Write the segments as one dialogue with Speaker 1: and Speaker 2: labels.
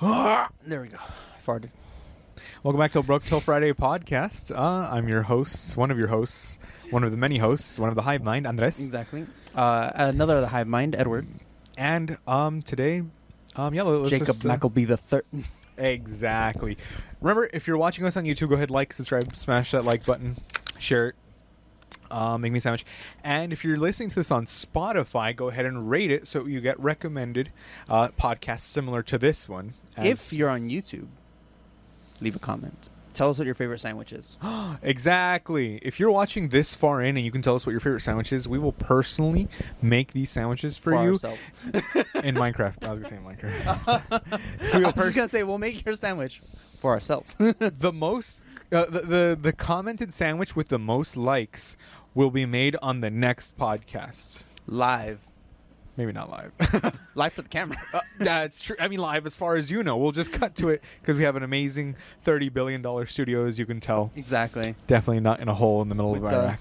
Speaker 1: There we go. I farted. Welcome back to Broke Till Friday podcast. Uh, I'm your host, one of your hosts, one of the many hosts, one of the hive mind, Andres.
Speaker 2: Exactly. Uh, another of the hive mind, Edward.
Speaker 1: And um, today, um, yeah, let's
Speaker 2: Jacob
Speaker 1: just, uh,
Speaker 2: Mackleby the third.
Speaker 1: Exactly. Remember, if you're watching us on YouTube, go ahead, like, subscribe, smash that like button, share it, uh, make me a sandwich. And if you're listening to this on Spotify, go ahead and rate it so you get recommended uh, podcasts similar to this one.
Speaker 2: If you're on YouTube, leave a comment. Tell us what your favorite sandwich is.
Speaker 1: exactly, if you're watching this far in and you can tell us what your favorite sandwich is, we will personally make these sandwiches for,
Speaker 2: For
Speaker 1: you
Speaker 2: ourselves.
Speaker 1: in Minecraft. I was gonna say Minecraft.
Speaker 2: I
Speaker 1: we will
Speaker 2: was just
Speaker 1: pers-
Speaker 2: gonna say we'll make your sandwich for ourselves.
Speaker 1: the most uh, the, the the commented sandwich with the most likes will be made on the next podcast.
Speaker 2: live,
Speaker 1: Maybe not live.
Speaker 2: live for the camera.
Speaker 1: Uh, that's true. I mean, live as far as you know. We'll just cut to it because we have an amazing thirty billion dollar studio, as you can tell.
Speaker 2: exactly.
Speaker 1: Definitely not in a hole in the middle of
Speaker 2: With the-
Speaker 1: Iraq.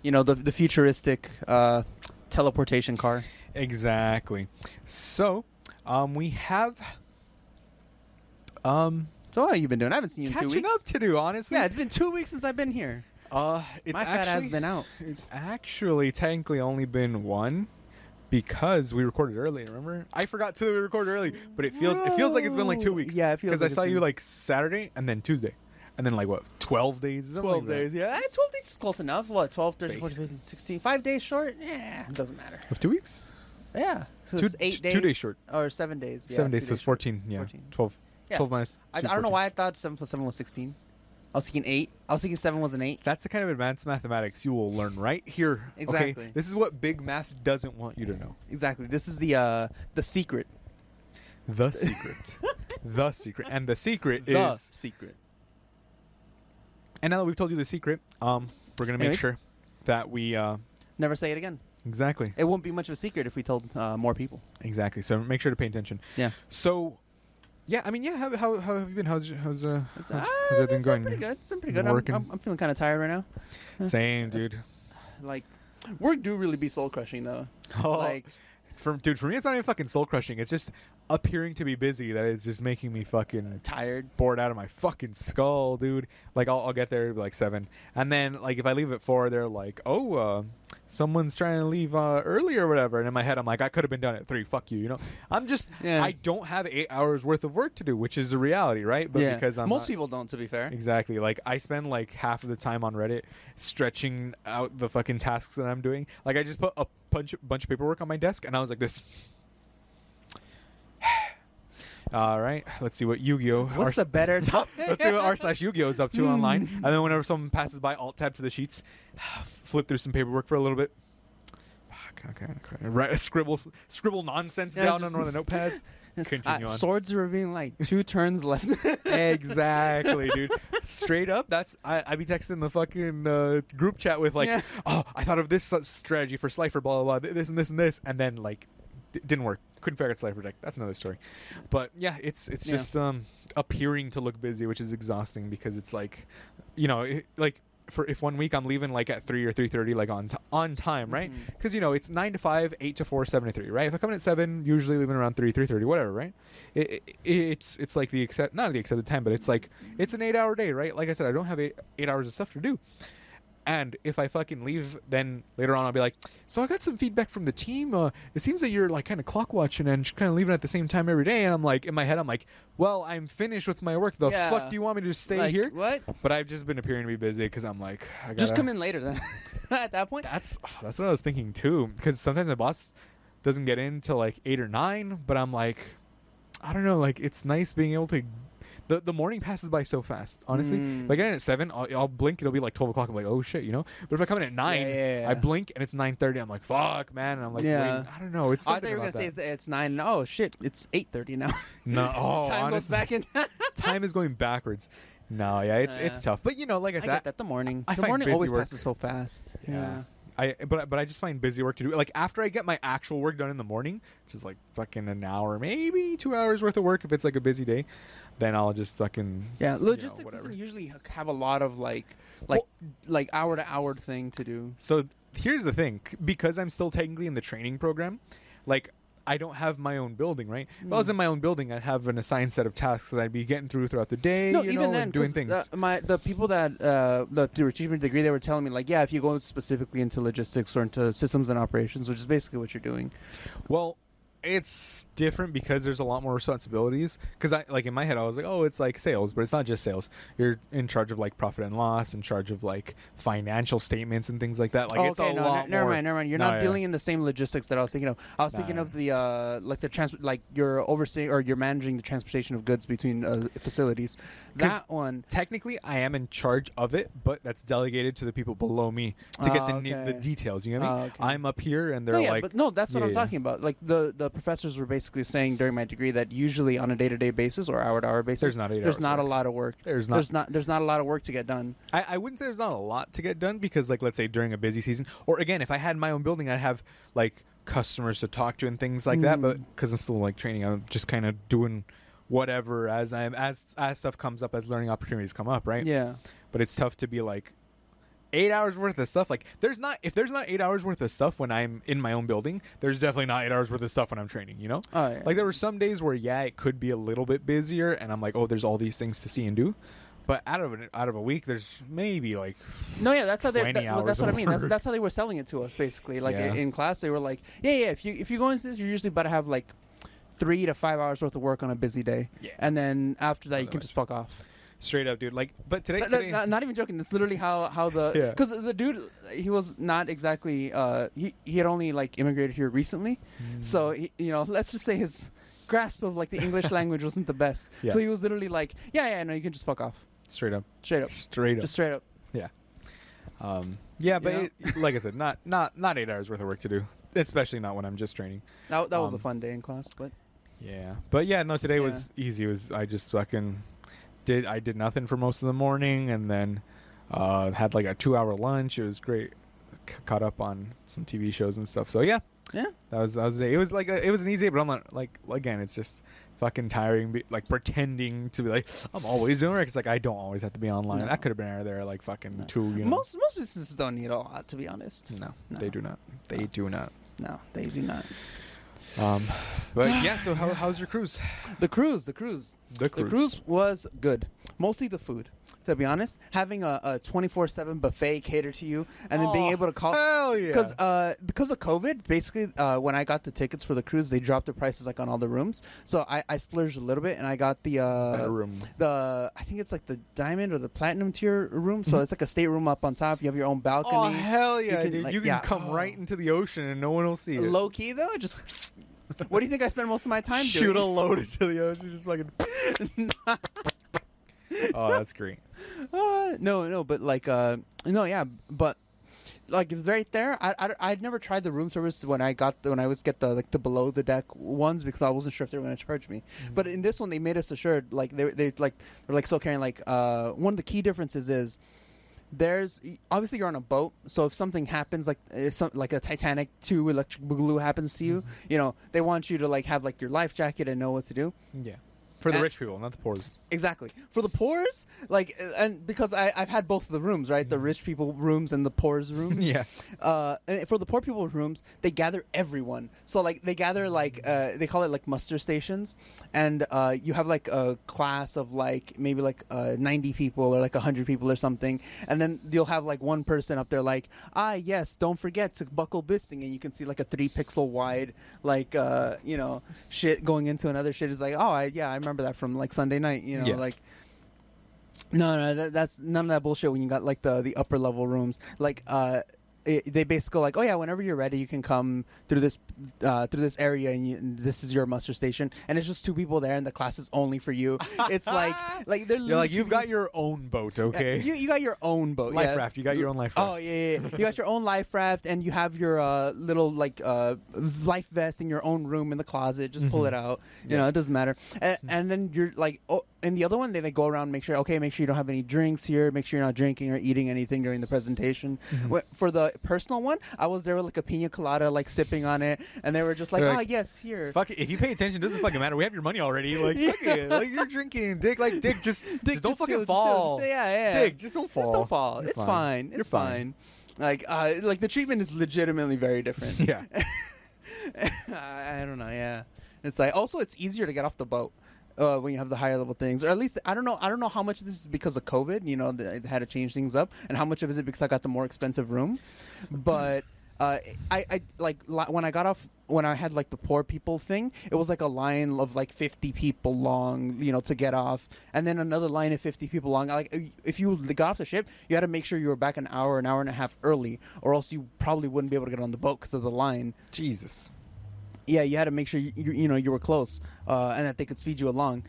Speaker 2: You know the the futuristic uh, teleportation car.
Speaker 1: Exactly. So, um, we have um
Speaker 2: So what have you been doing? I haven't seen you in two
Speaker 1: catching
Speaker 2: weeks.
Speaker 1: up to do. Honestly,
Speaker 2: yeah, it's been two weeks since I've been here.
Speaker 1: uh, it's
Speaker 2: My fat
Speaker 1: actually
Speaker 2: has been out.
Speaker 1: It's actually technically only been one because we recorded early. Remember, I forgot to record early, but it feels it feels like it's been like two
Speaker 2: Whoa.
Speaker 1: weeks.
Speaker 2: Yeah, it feels
Speaker 1: because
Speaker 2: like
Speaker 1: I
Speaker 2: it's
Speaker 1: saw you
Speaker 2: been-
Speaker 1: like Saturday and then Tuesday, and then like what twelve days? something like that.
Speaker 2: yeah. Eh, 12 days is close enough. What, 12, 13, 14,
Speaker 1: Basically.
Speaker 2: 15, 16? Five days short? Yeah, it doesn't matter.
Speaker 1: Of two weeks,
Speaker 2: Yeah. So
Speaker 1: Two-
Speaker 2: it's eight
Speaker 1: two
Speaker 2: days.
Speaker 1: days short.
Speaker 2: Or seven days. Yeah,
Speaker 1: seven
Speaker 2: two
Speaker 1: days, so it's
Speaker 2: short.
Speaker 1: fourteen. Yeah,
Speaker 2: 14.
Speaker 1: 12.
Speaker 2: Yeah.
Speaker 1: 12 minus.
Speaker 2: I, I
Speaker 1: two,
Speaker 2: don't know
Speaker 1: 14.
Speaker 2: why I thought seven plus seven was 16. I was thinking eight. I was thinking seven was an eight.
Speaker 1: That's the kind of advanced mathematics you will learn right here.
Speaker 2: Exactly.
Speaker 1: Okay? This is what big math doesn't want you to know.
Speaker 2: Exactly. This is the uh the secret.
Speaker 1: The secret. the secret. And the secret
Speaker 2: the
Speaker 1: is.
Speaker 2: secret.
Speaker 1: And now that we've told you the secret, um, we're gonna make
Speaker 2: Anyways.
Speaker 1: sure that we uh,
Speaker 2: Never say it again.
Speaker 1: exactly,
Speaker 2: It won't be much of a secret if we told uh, more people.
Speaker 1: exactly. So make sure to pay attention.
Speaker 2: Yeah.
Speaker 1: So, yeah, I mean, yeah. How how, how have you been? How's how's uh, how's,
Speaker 2: It's, ah,
Speaker 1: how's everything
Speaker 2: it's
Speaker 1: going?
Speaker 2: been pretty good. It's been pretty good. I'm,
Speaker 1: Working.
Speaker 2: I'm, I'm feeling kind of tired right now.
Speaker 1: Same,
Speaker 2: That's-
Speaker 1: dude.
Speaker 2: Like, work do really be soul crushing though.
Speaker 1: Oh,
Speaker 2: Like,
Speaker 1: it's from dude, for me, it's not even fucking soul crushing. It's just appearing to be busy that is just making me fucking
Speaker 2: Uh, tired.
Speaker 1: bored out of my fucking skull, dude. Like I'll, I'll get there like seven, and then like if I leave at four, they're like, oh, uh, someone's trying to leave uh, early or whatever. And in my head, I'm like, I could have been done at three. Fuck you, you know. I'm just,
Speaker 2: Yeah.
Speaker 1: I don't have eight hours worth of work to do, which is the reality, right? But because I'm
Speaker 2: most
Speaker 1: not-
Speaker 2: people don't, to be fair.
Speaker 1: Exactly. Like I spend like half of the time on Reddit stretching out the fucking tasks that I'm doing. Like I just put a bunch bunch of paperwork on my desk and I was like this. All right, let's see what Yu-Gi-Oh.
Speaker 2: What's the Hmm. better topic?
Speaker 1: Let's see what r slash Yu-Gi-Oh is up to online. And then whenever someone passes by, alt tab to the sheets, flip through some paperwork for a little bit. Fuck, Okay, okay. Right, scribble, scribble nonsense
Speaker 2: Yeah,
Speaker 1: down
Speaker 2: just-
Speaker 1: on one of the notepads. Continue
Speaker 2: Uh,
Speaker 1: on.
Speaker 2: Swords are revealing like two turns left.
Speaker 1: exactly, dude. Straight up, that's I, I be texting the fucking uh, group chat with like,
Speaker 2: Yeah.
Speaker 1: oh, I thought of this s- strategy for Slifer, blah blah blah, th- this and this and this, and then like, d- didn't work. Couldn't figure out Slifer deck. That's another story. But yeah, it's it's
Speaker 2: Yeah.
Speaker 1: just um appearing to look busy, which is exhausting because it's like, you know, it, like. For if one week I'm leaving like at three or three thirty, like on t- on time, right?
Speaker 2: Mhm.
Speaker 1: Because you know it's nine to five, eight to four, seven to three, right? If I come in at seven, usually leaving around three, three thirty, whatever, right? it, it, it's it's like the accept not the accepted time, but it's like it's an eight hour day, right? Like I said, I don't have eight, eight hours of stuff to do. And if I fucking leave, then later on I'll be like, so I got some feedback from the team. Uh, it seems that you're like kind of clock watching and kind of leaving at the same time every day. And I'm like, in my head, I'm like, well, I'm finished with my work. The
Speaker 2: Yeah.
Speaker 1: fuck do you want me to just stay
Speaker 2: Like,
Speaker 1: here?
Speaker 2: What?
Speaker 1: But I've just been appearing to be busy because I'm like, I gotta,
Speaker 2: Just come in later then. At that point,
Speaker 1: That's oh, that's what I was thinking too. Because sometimes my boss doesn't get in till like eight or nine, but I'm like, I don't know. Like it's nice being able to. The, the morning passes by so fast. Honestly,
Speaker 2: Mm.
Speaker 1: if I get in at seven, I'll, I'll blink. It'll be like twelve o'clock. I'm like, oh shit, you know. But if I come in at nine,
Speaker 2: yeah, yeah.
Speaker 1: I blink and it's nine thirty. I'm like, fuck, man. And I'm like,
Speaker 2: Yeah.
Speaker 1: waiting. I don't know. It's
Speaker 2: I thought
Speaker 1: something
Speaker 2: you were gonna
Speaker 1: about
Speaker 2: say
Speaker 1: that.
Speaker 2: it's, it's nine. Oh shit! It's eight thirty now.
Speaker 1: no. Oh,
Speaker 2: Time goes
Speaker 1: honestly,
Speaker 2: back in.
Speaker 1: time is going backwards. No, yeah, it's it's
Speaker 2: Yeah.
Speaker 1: tough. But you know, like I
Speaker 2: I
Speaker 1: said,
Speaker 2: get that. The morning.
Speaker 1: I
Speaker 2: the
Speaker 1: find
Speaker 2: morning
Speaker 1: busy
Speaker 2: always
Speaker 1: work-
Speaker 2: passes so fast.
Speaker 1: Yeah. I but but I just find busy work to do. Like after I get my actual work done in the morning, which is like fucking an hour, maybe two hours worth of work if it's like a busy day, then I'll just fucking
Speaker 2: Yeah,
Speaker 1: know,
Speaker 2: logistics
Speaker 1: whatever.
Speaker 2: doesn't usually h- have a lot of like, like, like hour to hour thing to do.
Speaker 1: So here's the thing, c- because I'm still technically in the training program, like I don't have my own building, right? If I
Speaker 2: Mm.
Speaker 1: was in my own building, I'd have an assigned set of tasks that I'd be getting through throughout the day,
Speaker 2: No,
Speaker 1: you
Speaker 2: even
Speaker 1: know,
Speaker 2: then,
Speaker 1: and doing
Speaker 2: 'cause,
Speaker 1: things.
Speaker 2: uh, my the people that uh, that were teaching me the degree, they were telling me like, yeah, if you go specifically into logistics or into systems and operations, which is basically what you're doing.
Speaker 1: Well, it's different because there's a lot more responsibilities. Because I like in my head, I was like, oh, it's like sales, but it's not just sales. You're in charge of like profit and loss, in charge of like financial statements and things like that. Like
Speaker 2: oh,
Speaker 1: it's
Speaker 2: okay,
Speaker 1: a
Speaker 2: no,
Speaker 1: lot
Speaker 2: ne- never
Speaker 1: more.
Speaker 2: mind, never mind. You're
Speaker 1: No,
Speaker 2: not
Speaker 1: yeah.
Speaker 2: dealing in the same logistics that I was thinking of. I was thinking
Speaker 1: Nah.
Speaker 2: of the uh, like the trans like you're overseeing or you're managing the transportation of goods between uh, facilities.
Speaker 1: 'Cause-
Speaker 2: That one.
Speaker 1: Technically, I am in charge of it, but that's delegated to the people below me to get
Speaker 2: Ah,
Speaker 1: the, ne- the
Speaker 2: okay.
Speaker 1: details. You know what I
Speaker 2: Ah,
Speaker 1: mean?
Speaker 2: okay.
Speaker 1: I'm up here, and they're
Speaker 2: No, yeah,
Speaker 1: like,
Speaker 2: but no, that's what I'm
Speaker 1: yeah.
Speaker 2: talking about. Like the the professors were basically saying during my degree that usually on a day to day basis or hour to hour basis,
Speaker 1: There's not eight
Speaker 2: there's
Speaker 1: hours
Speaker 2: not a
Speaker 1: work.
Speaker 2: lot of work.
Speaker 1: There's not-
Speaker 2: there's not there's not a lot of work to get done.
Speaker 1: I, I wouldn't say there's not a lot to get done because, like, let's say during a busy season, or again, if I had my own building, I'd have like customers to talk to and things like that. But because I'm still like training, I'm just kind of doing whatever as I'm as as stuff comes up, as learning opportunities come up, right?
Speaker 2: Yeah.
Speaker 1: But it's tough to be like eight hours worth of stuff. Like, there's not if there's not eight hours worth of stuff when I'm in my own building, there's definitely not eight hours worth of stuff when I'm training. You know,
Speaker 2: Oh, yeah.
Speaker 1: like there were some days where yeah, it could be a little bit busier, and I'm like, oh, there's all these things to see and do. But out of an, out of a week, there's maybe like
Speaker 2: No, yeah, that's how they.
Speaker 1: 20
Speaker 2: that- well,
Speaker 1: hours
Speaker 2: that's what I
Speaker 1: of
Speaker 2: mean. That's,
Speaker 1: work.
Speaker 2: that's how they were selling it to us, basically. Like
Speaker 1: Yeah.
Speaker 2: i- in class, they were like, "Yeah, yeah. If you if you go into this, you're usually about to have like three to five hours worth of work on a busy day,
Speaker 1: Yeah.
Speaker 2: and then after that, you can
Speaker 1: Otherwise-
Speaker 2: just fuck off."
Speaker 1: Straight up, dude. Like, but today,
Speaker 2: Th- th-
Speaker 1: today
Speaker 2: not, not even joking. That's literally how how the
Speaker 1: Yeah.
Speaker 2: because the dude he was not exactly uh he he had only like immigrated here recently,
Speaker 1: Hmm.
Speaker 2: so he, you know let's just say his grasp of like the English language wasn't the best.
Speaker 1: Yeah.
Speaker 2: So he was literally like, "Yeah, yeah, no, you can just fuck off,
Speaker 1: straight up,
Speaker 2: straight up,
Speaker 1: straight up.
Speaker 2: just straight up."
Speaker 1: yeah, um, yeah. But
Speaker 2: You know?
Speaker 1: it, like I said, not not not eight hours worth of work to do, especially not when I'm just training.
Speaker 2: That that was a
Speaker 1: Um,
Speaker 2: fun day in class, but.
Speaker 1: Yeah, but yeah, no. Today was easy. It was I just fucking did I did nothing for most of the morning, and then uh, had like a two hour lunch. It was great. C- caught up on some TV shows and stuff. So yeah,
Speaker 2: Yeah.
Speaker 1: That was that was the day. It was like a, it was an easy, day, but I'm not like again. It's just fucking tiring. Be, like pretending to be like I'm always doing work. It's like I don't always have to be online.
Speaker 2: No.
Speaker 1: I could have been out of there like fucking
Speaker 2: No.
Speaker 1: two. You know?
Speaker 2: Most most businesses don't need a lot, to be honest.
Speaker 1: no,
Speaker 2: No.
Speaker 1: they do not. They
Speaker 2: No.
Speaker 1: do not.
Speaker 2: No, they do not.
Speaker 1: Um, but yeah. So how, how's your cruise?
Speaker 2: The cruise, the cruise, the cruise was good. Mostly the food, to be honest. Having a, a 24/7 buffet catered to you, and then being
Speaker 1: Aw,
Speaker 2: able to call.
Speaker 1: Hell Oh. yeah.
Speaker 2: Because uh, because of COVID, basically, uh, when I got the tickets for the cruise, they dropped the prices like on all the rooms. So I, I splurged a little bit, and I got the
Speaker 1: Better
Speaker 2: uh,
Speaker 1: room.
Speaker 2: the I think it's like the diamond or the platinum tier room. So it's like a stateroom up on top. You have your own balcony.
Speaker 1: Mm-hmm. Oh hell yeah,
Speaker 2: can,
Speaker 1: dude!
Speaker 2: like-
Speaker 1: you can
Speaker 2: yeah.
Speaker 1: come right into the ocean and no one will see you.
Speaker 2: Low key though, just what do you think I spend most of my time
Speaker 1: Shoot
Speaker 2: doing?
Speaker 1: a load into the ocean, just fucking. oh, that's great.
Speaker 2: Uh, no, no, but like, uh, no, yeah, but like if right there, I, I I'd never tried the room service when I got the, when I was get the like the below the deck ones because I wasn't sure if they were gonna charge me. But in this one, they made us assured like they they like they're like still carrying like uh one of the key differences is. There's obviously you're on a boat, so if something happens, like if some, like a Titanic two electric boogaloo happens to you, you know they want you to like have like your life jacket and know what to do.
Speaker 1: Yeah, for the
Speaker 2: Uh,
Speaker 1: rich people, not the poor's.
Speaker 2: Exactly. For the poor's, like, uh, and because I, I've had both of the rooms, right? The rich people rooms and the poor's rooms.
Speaker 1: Yeah.
Speaker 2: Uh, and for the poor people rooms, they gather everyone. So, like, they gather, like, uh, they call it, like, muster stations. And uh, you have, like, a class of, like, maybe, like, uh, 90 people or, like, 100 people or something. And then you'll have, like, one person up there, like, ah, yes, don't forget to buckle this thing. And you can see, like, a three pixel wide, like, uh, you know, shit going into another shit. It's like, oh, I, yeah, I remember that from, like, Sunday night, you know,
Speaker 1: Yeah.
Speaker 2: like, no, no, that, that's none of that bullshit. When you got like the the upper level rooms, like uh, it, they basically go like, oh yeah, whenever you're ready, you can come through this uh, through this area, and, you, and this is your muster station, and it's just two people there, and the class is only for you. It's like like they're
Speaker 1: You're like
Speaker 2: literally-
Speaker 1: you've got your own boat, okay?
Speaker 2: you you got your own boat,
Speaker 1: life
Speaker 2: yeah.
Speaker 1: raft. You got your own life raft.
Speaker 2: Oh yeah, yeah, yeah. you got your own life raft, and you have your uh, little like uh, life vest in your own room in the closet. Just pull it
Speaker 1: Mm-hmm.
Speaker 2: out. You know, it doesn't matter. And, and then you're like, oh, and the other one, they like go around, and make sure, okay, make sure you don't have any drinks here. Make sure you're not drinking or eating anything during the presentation.
Speaker 1: Mm-hmm.
Speaker 2: Wh- For the personal one, I was there with like a pina colada, like sipping on it, and they were just like,
Speaker 1: They're
Speaker 2: ah,
Speaker 1: like,
Speaker 2: yes, here.
Speaker 1: Fuck it. If you pay attention, it doesn't fucking matter. We have your money already. Like, fuck it. Like, you're drinking, Dick. Like, Dick, just,
Speaker 2: Dick,
Speaker 1: just don't
Speaker 2: just
Speaker 1: fucking
Speaker 2: chill, just chill, just
Speaker 1: fall.
Speaker 2: chill. yeah, yeah.
Speaker 1: Dick, just don't fall.
Speaker 2: Just don't fall.
Speaker 1: You're
Speaker 2: it's fine.
Speaker 1: You're
Speaker 2: It's fine. Like, uh, like the treatment is legitimately very different.
Speaker 1: Yeah.
Speaker 2: I I don't know. Yeah, it's like also it's easier to get off the boat uh, when you have the higher level things, or at least I don't know. I don't know how much of this is because of COVID. You know, they had to change things up, and how much of it is because I got the more expensive room. But uh, I, I like li- when I got off when I had like the poor people thing. It was like a line of like fifty people long, you know, to get off, and then another line of fifty people long. Like if you got off the ship, you had to make sure you were back an hour, an hour and a half early, or else you probably wouldn't be able to get on the boat because of the line
Speaker 1: Jesus.
Speaker 2: yeah, you had to make sure you you, you know you were close uh, and that they could speed you along.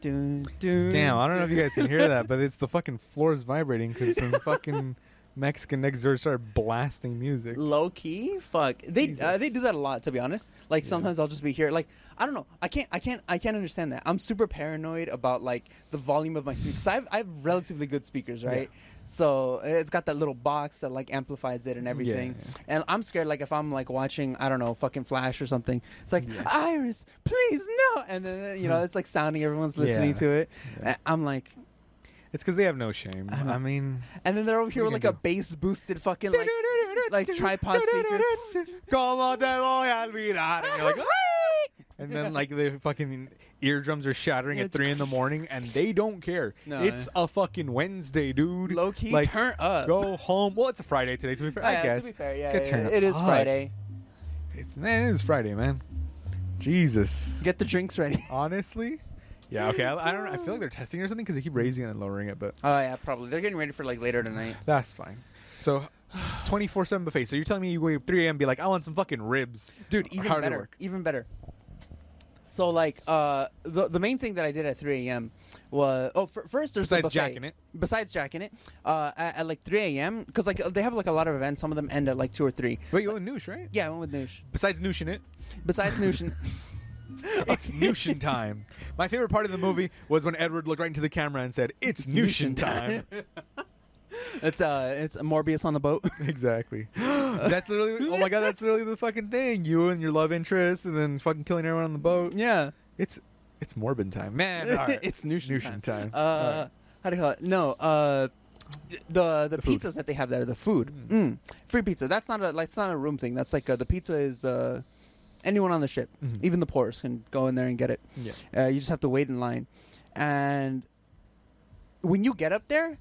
Speaker 2: Dun, dun,
Speaker 1: Damn, I don't know
Speaker 2: dun.
Speaker 1: if you guys can hear that, but it's the fucking floors vibrating because some fucking Mexican next door started blasting music.
Speaker 2: Low key, fuck. They uh,
Speaker 1: Jesus.
Speaker 2: they do that a lot, to be honest. Like
Speaker 1: Yeah.
Speaker 2: sometimes I'll just be here. Like I don't know. I can't. I can't. I can't understand that. I'm super paranoid about like the volume of my speakers. I have, I have relatively good speakers, right? So it's got that little box that like amplifies it and everything.
Speaker 1: yeah.
Speaker 2: And I'm scared. Like if I'm like watching, I don't know, fucking Flash or something. It's like
Speaker 1: Yeah.
Speaker 2: Iris, please no. And then you know it's like sounding. Everyone's listening
Speaker 1: Yeah.
Speaker 2: to it.
Speaker 1: Yeah.
Speaker 2: I- I'm like,
Speaker 1: It's because they have no shame.
Speaker 2: I know.
Speaker 1: I mean,
Speaker 2: And then they're over here
Speaker 1: What
Speaker 2: with
Speaker 1: are you
Speaker 2: like
Speaker 1: gonna
Speaker 2: a bass boosted fucking like like tripod speaker.
Speaker 1: Como te voy a olvidar? And you're like, "Ay!" and then like the fucking eardrums are shattering at
Speaker 2: It's
Speaker 1: three in the morning, and they don't care.
Speaker 2: No,
Speaker 1: it's a fucking Wednesday, dude.
Speaker 2: low key
Speaker 1: like,
Speaker 2: turn up.
Speaker 1: Go home. Well, it's a Friday today. To be fair,
Speaker 2: Yeah,
Speaker 1: I guess
Speaker 2: to be fair, yeah,
Speaker 1: Get
Speaker 2: yeah,
Speaker 1: turned
Speaker 2: yeah.
Speaker 1: up.
Speaker 2: it is
Speaker 1: Fuck.
Speaker 2: Friday.
Speaker 1: It's, man, it is Friday, man. Jesus.
Speaker 2: Get the drinks ready.
Speaker 1: Honestly. Yeah. Okay. I, I don't. know. I feel like they're testing or something because they keep raising it and lowering it, but
Speaker 2: Oh yeah, probably. They're getting ready for like later tonight.
Speaker 1: that's fine. So. 24-7 buffet. So you're telling me you wake up 3 a.m. and be like, I want some fucking ribs.
Speaker 2: Dude,
Speaker 1: Or
Speaker 2: even
Speaker 1: how did it
Speaker 2: better.
Speaker 1: work?
Speaker 2: Even better. So like uh the the main thing that I did at 3 a.m. was oh f- first there's the
Speaker 1: Besides
Speaker 2: buffet.
Speaker 1: jacking it.
Speaker 2: besides jacking it uh at, at like 3 a.m. because like they have like a lot of events some of them end at like two or three
Speaker 1: But you went Noosh, right?
Speaker 2: yeah I went with Noosh
Speaker 1: Besides Nooshin it,
Speaker 2: besides Noosh
Speaker 1: it's Nooshin time. My favorite part of the movie was when Edward looked right into the camera and said, "It's, Nooshin time."
Speaker 2: it's uh it's Morbius on the boat
Speaker 1: exactly. that's literally. Oh my god, that's literally the fucking thing. You and your love interest, and then fucking killing everyone on the boat.
Speaker 2: yeah
Speaker 1: It's it's Morbin time, man. all right.
Speaker 2: It's Nooshin
Speaker 1: time.
Speaker 2: Uh,
Speaker 1: All right.
Speaker 2: How do you call it? No, uh, the the,
Speaker 1: The food.
Speaker 2: pizzas that they have there, the food, mm. free pizza. That's not a like, it's not a room thing. That's like uh, the pizza is uh, anyone on the ship,
Speaker 1: Mhm.
Speaker 2: even the poorest can go in there and get it.
Speaker 1: Yeah.
Speaker 2: Uh, you just have to wait in line, and when you get up there,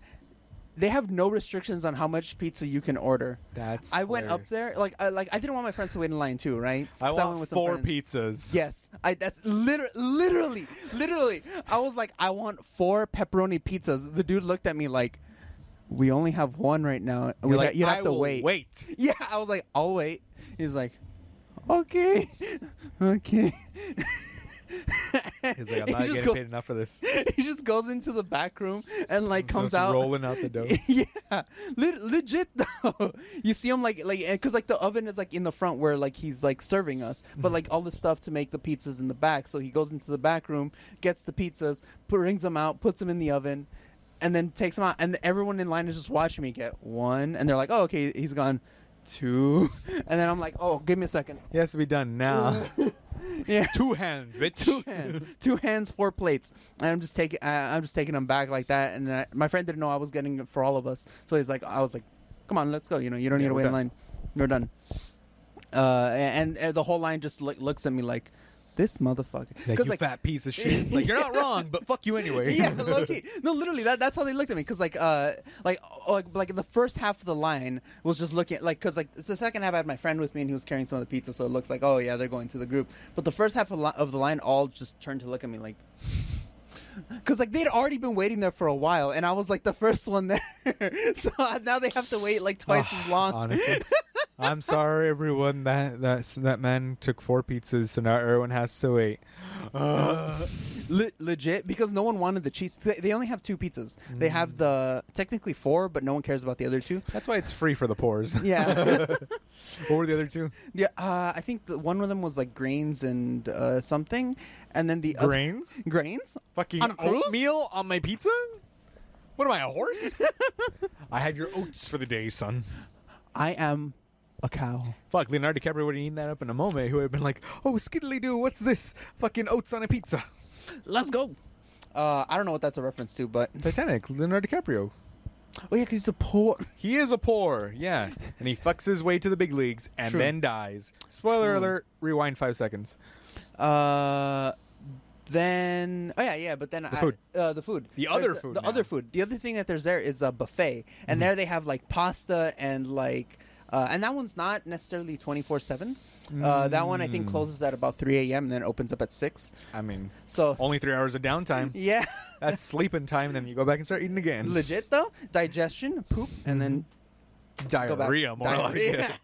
Speaker 2: they have no restrictions on how much pizza you can order.
Speaker 1: That's.
Speaker 2: I went up
Speaker 1: hilarious.
Speaker 2: there like I, like I didn't want my friends to wait in line too, right?
Speaker 1: I
Speaker 2: So went
Speaker 1: want
Speaker 2: with some
Speaker 1: four
Speaker 2: friends.
Speaker 1: pizzas.
Speaker 2: Yes, I. That's literally, literally, literally. I was like, I want four pepperoni pizzas. The dude looked at me like, we only have one right now.
Speaker 1: You're
Speaker 2: we
Speaker 1: like,
Speaker 2: got, you
Speaker 1: "I
Speaker 2: have to
Speaker 1: will
Speaker 2: wait.
Speaker 1: Wait.
Speaker 2: Yeah, I was like, I'll wait. He's like, okay, okay.
Speaker 1: He's like, I'm
Speaker 2: He
Speaker 1: not
Speaker 2: just
Speaker 1: getting
Speaker 2: go-
Speaker 1: paid enough for this.
Speaker 2: He just goes into the back room and like
Speaker 1: So
Speaker 2: comes
Speaker 1: it's
Speaker 2: out
Speaker 1: rolling out the dough.
Speaker 2: yeah, Le- legit though. You see him like like because like the oven is like in the front where like he's like serving us, but like all the stuff to make the pizzas in the back. So he goes into the back room, gets the pizzas, brings them out, puts them in the oven, and then takes them out. And everyone in line is just watching me get one, and they're like, "Oh, okay, he's gone." Two, and then I'm like, "Oh, give me a second.
Speaker 1: It has to be done now.
Speaker 2: Yeah,
Speaker 1: Two hands, bitch.
Speaker 2: two hands, two hands, four plates. And I'm just taking, I I'm just taking them back like that. And I, my friend didn't know I was getting it for all of us, so he's like, I was like, come on, let's go. You know, you don't
Speaker 1: Yeah,
Speaker 2: need to
Speaker 1: we're
Speaker 2: wait in
Speaker 1: done.
Speaker 2: line. We're done. Uh, and, and the whole line just look, looks at me like, this motherfucker.
Speaker 1: Like,
Speaker 2: 'Cause,
Speaker 1: you fat piece of shit. It's like you're not wrong, but fuck you anyway.
Speaker 2: yeah, low key. No, literally, that, that's how they looked at me. Cause like, uh, like, oh, like, like the first half of the line was just looking at, like, cause like it's the second half I had my friend with me and he was carrying some of the pizza, so it looks like, oh yeah, they're going to the group. But the first half of, li- of the line all just turned to look at me like, cause like they'd already been waiting there for a while, and I was like the first one there, so uh, now they have to wait like twice as long.
Speaker 1: Honestly, I'm sorry, everyone. That that that man took four pizzas, so now everyone has to wait. Ugh.
Speaker 2: Le- legit, because no one wanted the cheese. They they only have two pizzas. They have the technically four, but no one cares about the other two.
Speaker 1: that's why it's free for the poors.
Speaker 2: Yeah.
Speaker 1: what were the other two?
Speaker 2: Yeah, uh, I think the, one of them was like grains and uh, something, and then the other
Speaker 1: Grains?
Speaker 2: grains.
Speaker 1: Fucking
Speaker 2: On a cruise?
Speaker 1: oatmeal on my pizza? What am I, a horse? I have your oats for the day, son.
Speaker 2: I am a cow.
Speaker 1: Fuck, Leonardo DiCaprio would have eaten that up in a moment. He would have been like, oh, skiddly doo, what's this? Fucking oats on a pizza.
Speaker 2: Let's go. Uh, I don't know what that's a reference to, but
Speaker 1: Titanic, Leonardo DiCaprio.
Speaker 2: Oh yeah, because he's a poor.
Speaker 1: He is a poor, yeah, and he fucks his way to the big leagues and
Speaker 2: True.
Speaker 1: then dies. Spoiler
Speaker 2: True.
Speaker 1: alert. Rewind five seconds.
Speaker 2: Uh, then oh yeah, yeah. But then the I,
Speaker 1: food.
Speaker 2: Uh, the food,
Speaker 1: The
Speaker 2: There's
Speaker 1: other
Speaker 2: the,
Speaker 1: food Mm-hmm.
Speaker 2: the
Speaker 1: now.
Speaker 2: other food. The other thing that there's there is a buffet, and there they have like pasta and like, uh, and that one's not necessarily twenty four seven. Uh, that one I think
Speaker 1: Mm.
Speaker 2: closes at about three a.m. and then opens up at six.
Speaker 1: I mean,
Speaker 2: So
Speaker 1: only three hours of downtime.
Speaker 2: yeah,
Speaker 1: That's sleeping time. Then you go back and start eating again.
Speaker 2: legit though. Digestion, poop, and then go back.
Speaker 1: Mm-hmm. Diarrhea, more
Speaker 2: Diarrhea.
Speaker 1: like it.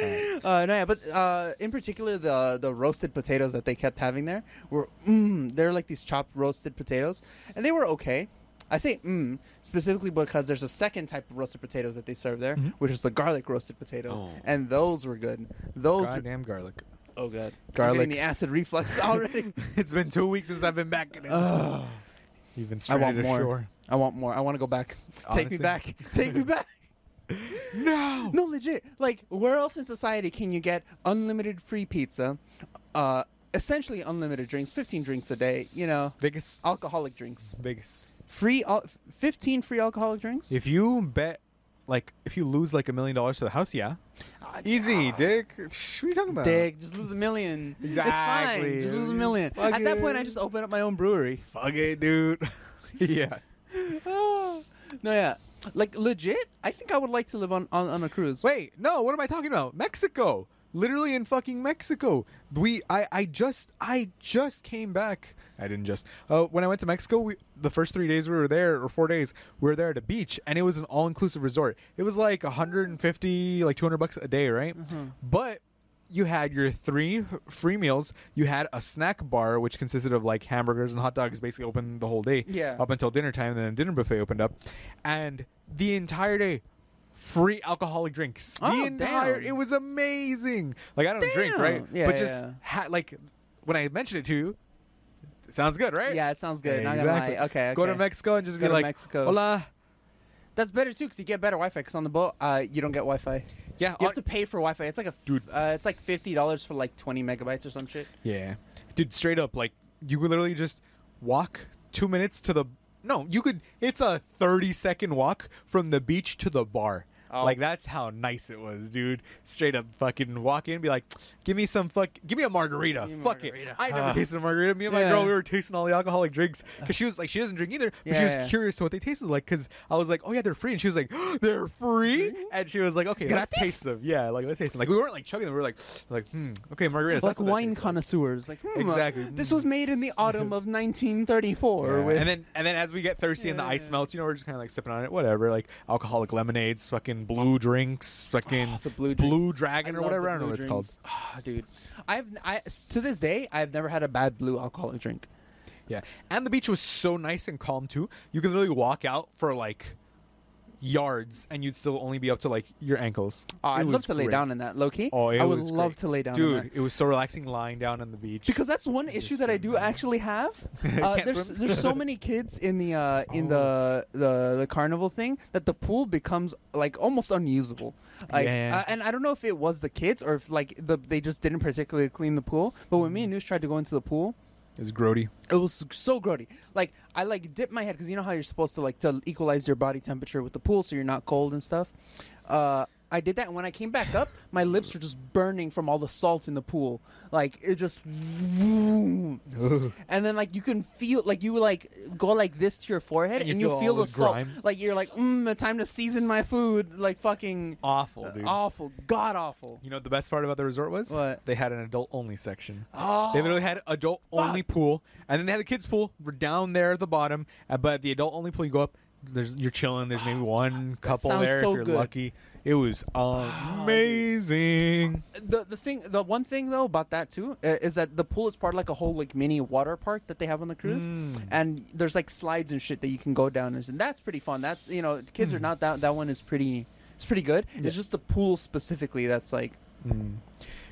Speaker 2: Uh, no, yeah, but uh, in particular, the the roasted potatoes that they kept having there were mm, they're like these chopped roasted potatoes, and they were okay. I say mm, specifically because there's a second type of roasted potatoes that they serve there, which is the garlic roasted potatoes,
Speaker 1: Mm-hmm. Oh.
Speaker 2: and those were good. Those were,
Speaker 1: Goddamn garlic.
Speaker 2: oh god,
Speaker 1: Garlic.
Speaker 2: garlic the acid reflux already.
Speaker 1: It's been two weeks since I've been back. In it.
Speaker 2: Ugh.
Speaker 1: You've
Speaker 2: I
Speaker 1: been stranded
Speaker 2: want more.
Speaker 1: ashore.
Speaker 2: I want more. I want to go back. Take me
Speaker 1: Honestly.
Speaker 2: back. Take me back.
Speaker 1: No.
Speaker 2: No, legit. Like, where else in society can you get unlimited free pizza, uh, essentially unlimited drinks, 15 drinks a day, you know,
Speaker 1: Vegas.
Speaker 2: alcoholic drinks.
Speaker 1: Vegas.
Speaker 2: Free, al- 15 free alcoholic drinks?
Speaker 1: If you bet, like, if you lose like a million dollars to the house, yeah.
Speaker 2: Ah,
Speaker 1: Easy, Dick. Shh, What are you talking about?
Speaker 2: Dick, just lose a million. It's fine.
Speaker 1: Exactly.
Speaker 2: Just lose a million.
Speaker 1: Fuck
Speaker 2: At that point,
Speaker 1: it.
Speaker 2: I just open up my own brewery.
Speaker 1: Fuck it, dude. yeah.
Speaker 2: no, yeah. Like, legit, I think I would like to live on, on, on a cruise.
Speaker 1: Wait, no. What am I talking about? Mexico. Literally in fucking Mexico. We, I, I just, I just came back. I didn't just. Uh, when I went to Mexico, we, the first three days we were there, or four days, we were there at a beach, and it was an all-inclusive resort. It was like 150, like 200 bucks a day, right? But you had your three f- free meals. You had a snack bar, which consisted of like hamburgers and hot dogs, basically open the whole day,
Speaker 2: Yeah.
Speaker 1: up until dinner time. And then dinner buffet opened up, and the entire day, free alcoholic drinks.
Speaker 2: Oh,
Speaker 1: the entire
Speaker 2: damn.
Speaker 1: it was amazing. Like I don't drink,
Speaker 2: Damn.
Speaker 1: right?
Speaker 2: Yeah,
Speaker 1: but
Speaker 2: yeah,
Speaker 1: just
Speaker 2: yeah.
Speaker 1: ha- like when I mentioned it to you, it sounds good, right?
Speaker 2: Yeah, it sounds good. Not gonna
Speaker 1: Exactly.
Speaker 2: lie. Okay,
Speaker 1: Go to
Speaker 2: okay.
Speaker 1: Mexico and just
Speaker 2: Go
Speaker 1: be
Speaker 2: to
Speaker 1: like,
Speaker 2: Mexico.
Speaker 1: hola.
Speaker 2: That's better too, because you get better Wi-Fi. Because on the boat, uh, you don't get Wi-Fi.
Speaker 1: Yeah,
Speaker 2: You
Speaker 1: on-
Speaker 2: have to pay for Wi-Fi. It's like a f-
Speaker 1: Dude.
Speaker 2: Uh, it's like fifty dollars for like twenty megabytes or some shit.
Speaker 1: Yeah, dude, straight up, like you could literally just walk two minutes to the. No, you could. It's a thirty-second walk from the beach to the bar.
Speaker 2: Oh.
Speaker 1: Like that's how nice it was, dude. Straight up, fucking walk in, and be like, "Give me some fuck, give me a margarita,
Speaker 2: Give me a
Speaker 1: fuck
Speaker 2: margarita."
Speaker 1: it." I never
Speaker 2: Ah.
Speaker 1: tasted a margarita. Me and my
Speaker 2: Yeah.
Speaker 1: girl, we were tasting all the alcoholic drinks because she was like, she doesn't drink either, but
Speaker 2: Yeah,
Speaker 1: she was
Speaker 2: yeah.
Speaker 1: curious to what they tasted like. Because I was like, "Oh yeah, they're free," and she was like, "They're free," and she was like, "Okay,
Speaker 2: Gratis?
Speaker 1: let's taste them." Yeah, like let's taste them. Like we weren't like chugging them. We were like, like, hmm, okay, margarita.
Speaker 2: like wine connoisseurs. Like hmm, uh,
Speaker 1: Exactly.
Speaker 2: This was made in the autumn of 1934.
Speaker 1: Yeah.
Speaker 2: With
Speaker 1: and then and then as we get thirsty and the ice
Speaker 2: Yeah.
Speaker 1: melts, you know, we're just kind of like sipping on it, whatever. Like alcoholic lemonades, fucking blue drinks, fucking
Speaker 2: the Oh, blue drinks.
Speaker 1: blue dragon
Speaker 2: love
Speaker 1: or
Speaker 2: the
Speaker 1: whatever. I don't know
Speaker 2: blue
Speaker 1: what it's called.
Speaker 2: drinks. Ah, dude, I've I to this day I've never had a bad blue alcoholic drink.
Speaker 1: Yeah, and the beach was so nice and calm too. You could literally walk out for like yards, and you'd still only be up to like your ankles.
Speaker 2: Oh,
Speaker 1: It
Speaker 2: I'd love
Speaker 1: was
Speaker 2: to lay
Speaker 1: great.
Speaker 2: down in that, Loki.
Speaker 1: Oh, it
Speaker 2: I would
Speaker 1: was
Speaker 2: love
Speaker 1: great.
Speaker 2: to lay down, in that.
Speaker 1: dude. It was so relaxing lying down on the beach.
Speaker 2: because that's one issue that I do actually have. Uh,
Speaker 1: Can't
Speaker 2: there's,
Speaker 1: swim? Oh.
Speaker 2: there's so many kids in the uh, in the, the the carnival thing that the pool becomes like almost unusable. Like,
Speaker 1: Yeah.
Speaker 2: uh, and I don't know if it was the kids or if like the, they just didn't particularly clean the pool. But when me and Noosh tried to go into the pool,
Speaker 1: it was grody.
Speaker 2: it was so grody. Like I like dip my head because you know how you're supposed to like to equalize your body temperature with the pool so you're not cold and stuff. Uh, I did that, and when I came back up, my lips were just burning from all the salt in the pool. Like it just, and then like you can feel like you like go like this to your forehead, and you, feel,
Speaker 1: all
Speaker 2: the,
Speaker 1: the
Speaker 2: salt.
Speaker 1: grime.
Speaker 2: Like you're like, mm, time to season my food. Like fucking
Speaker 1: Awful, dude.
Speaker 2: awful, god awful.
Speaker 1: You know what the best part about the resort was?
Speaker 2: What?
Speaker 1: They had an adult only section.
Speaker 2: Oh.
Speaker 1: They literally had adult only pool, and then they had the kids pool. We're down there at the bottom, uh, but the adult only pool you go up. There's you're chilling. There's maybe one couple
Speaker 2: sounds
Speaker 1: there
Speaker 2: so
Speaker 1: if you're
Speaker 2: good.
Speaker 1: lucky. It was amazing.
Speaker 2: the the thing the one thing though about that too uh, is that the pool is part of like a whole like mini water park that they have on the cruise
Speaker 1: Mm.
Speaker 2: and there's like slides and shit that you can go down and, shit. that's pretty fun that's you know kids
Speaker 1: Mm.
Speaker 2: are not that that one is pretty it's pretty good it's just the pool specifically that's like
Speaker 1: Mm.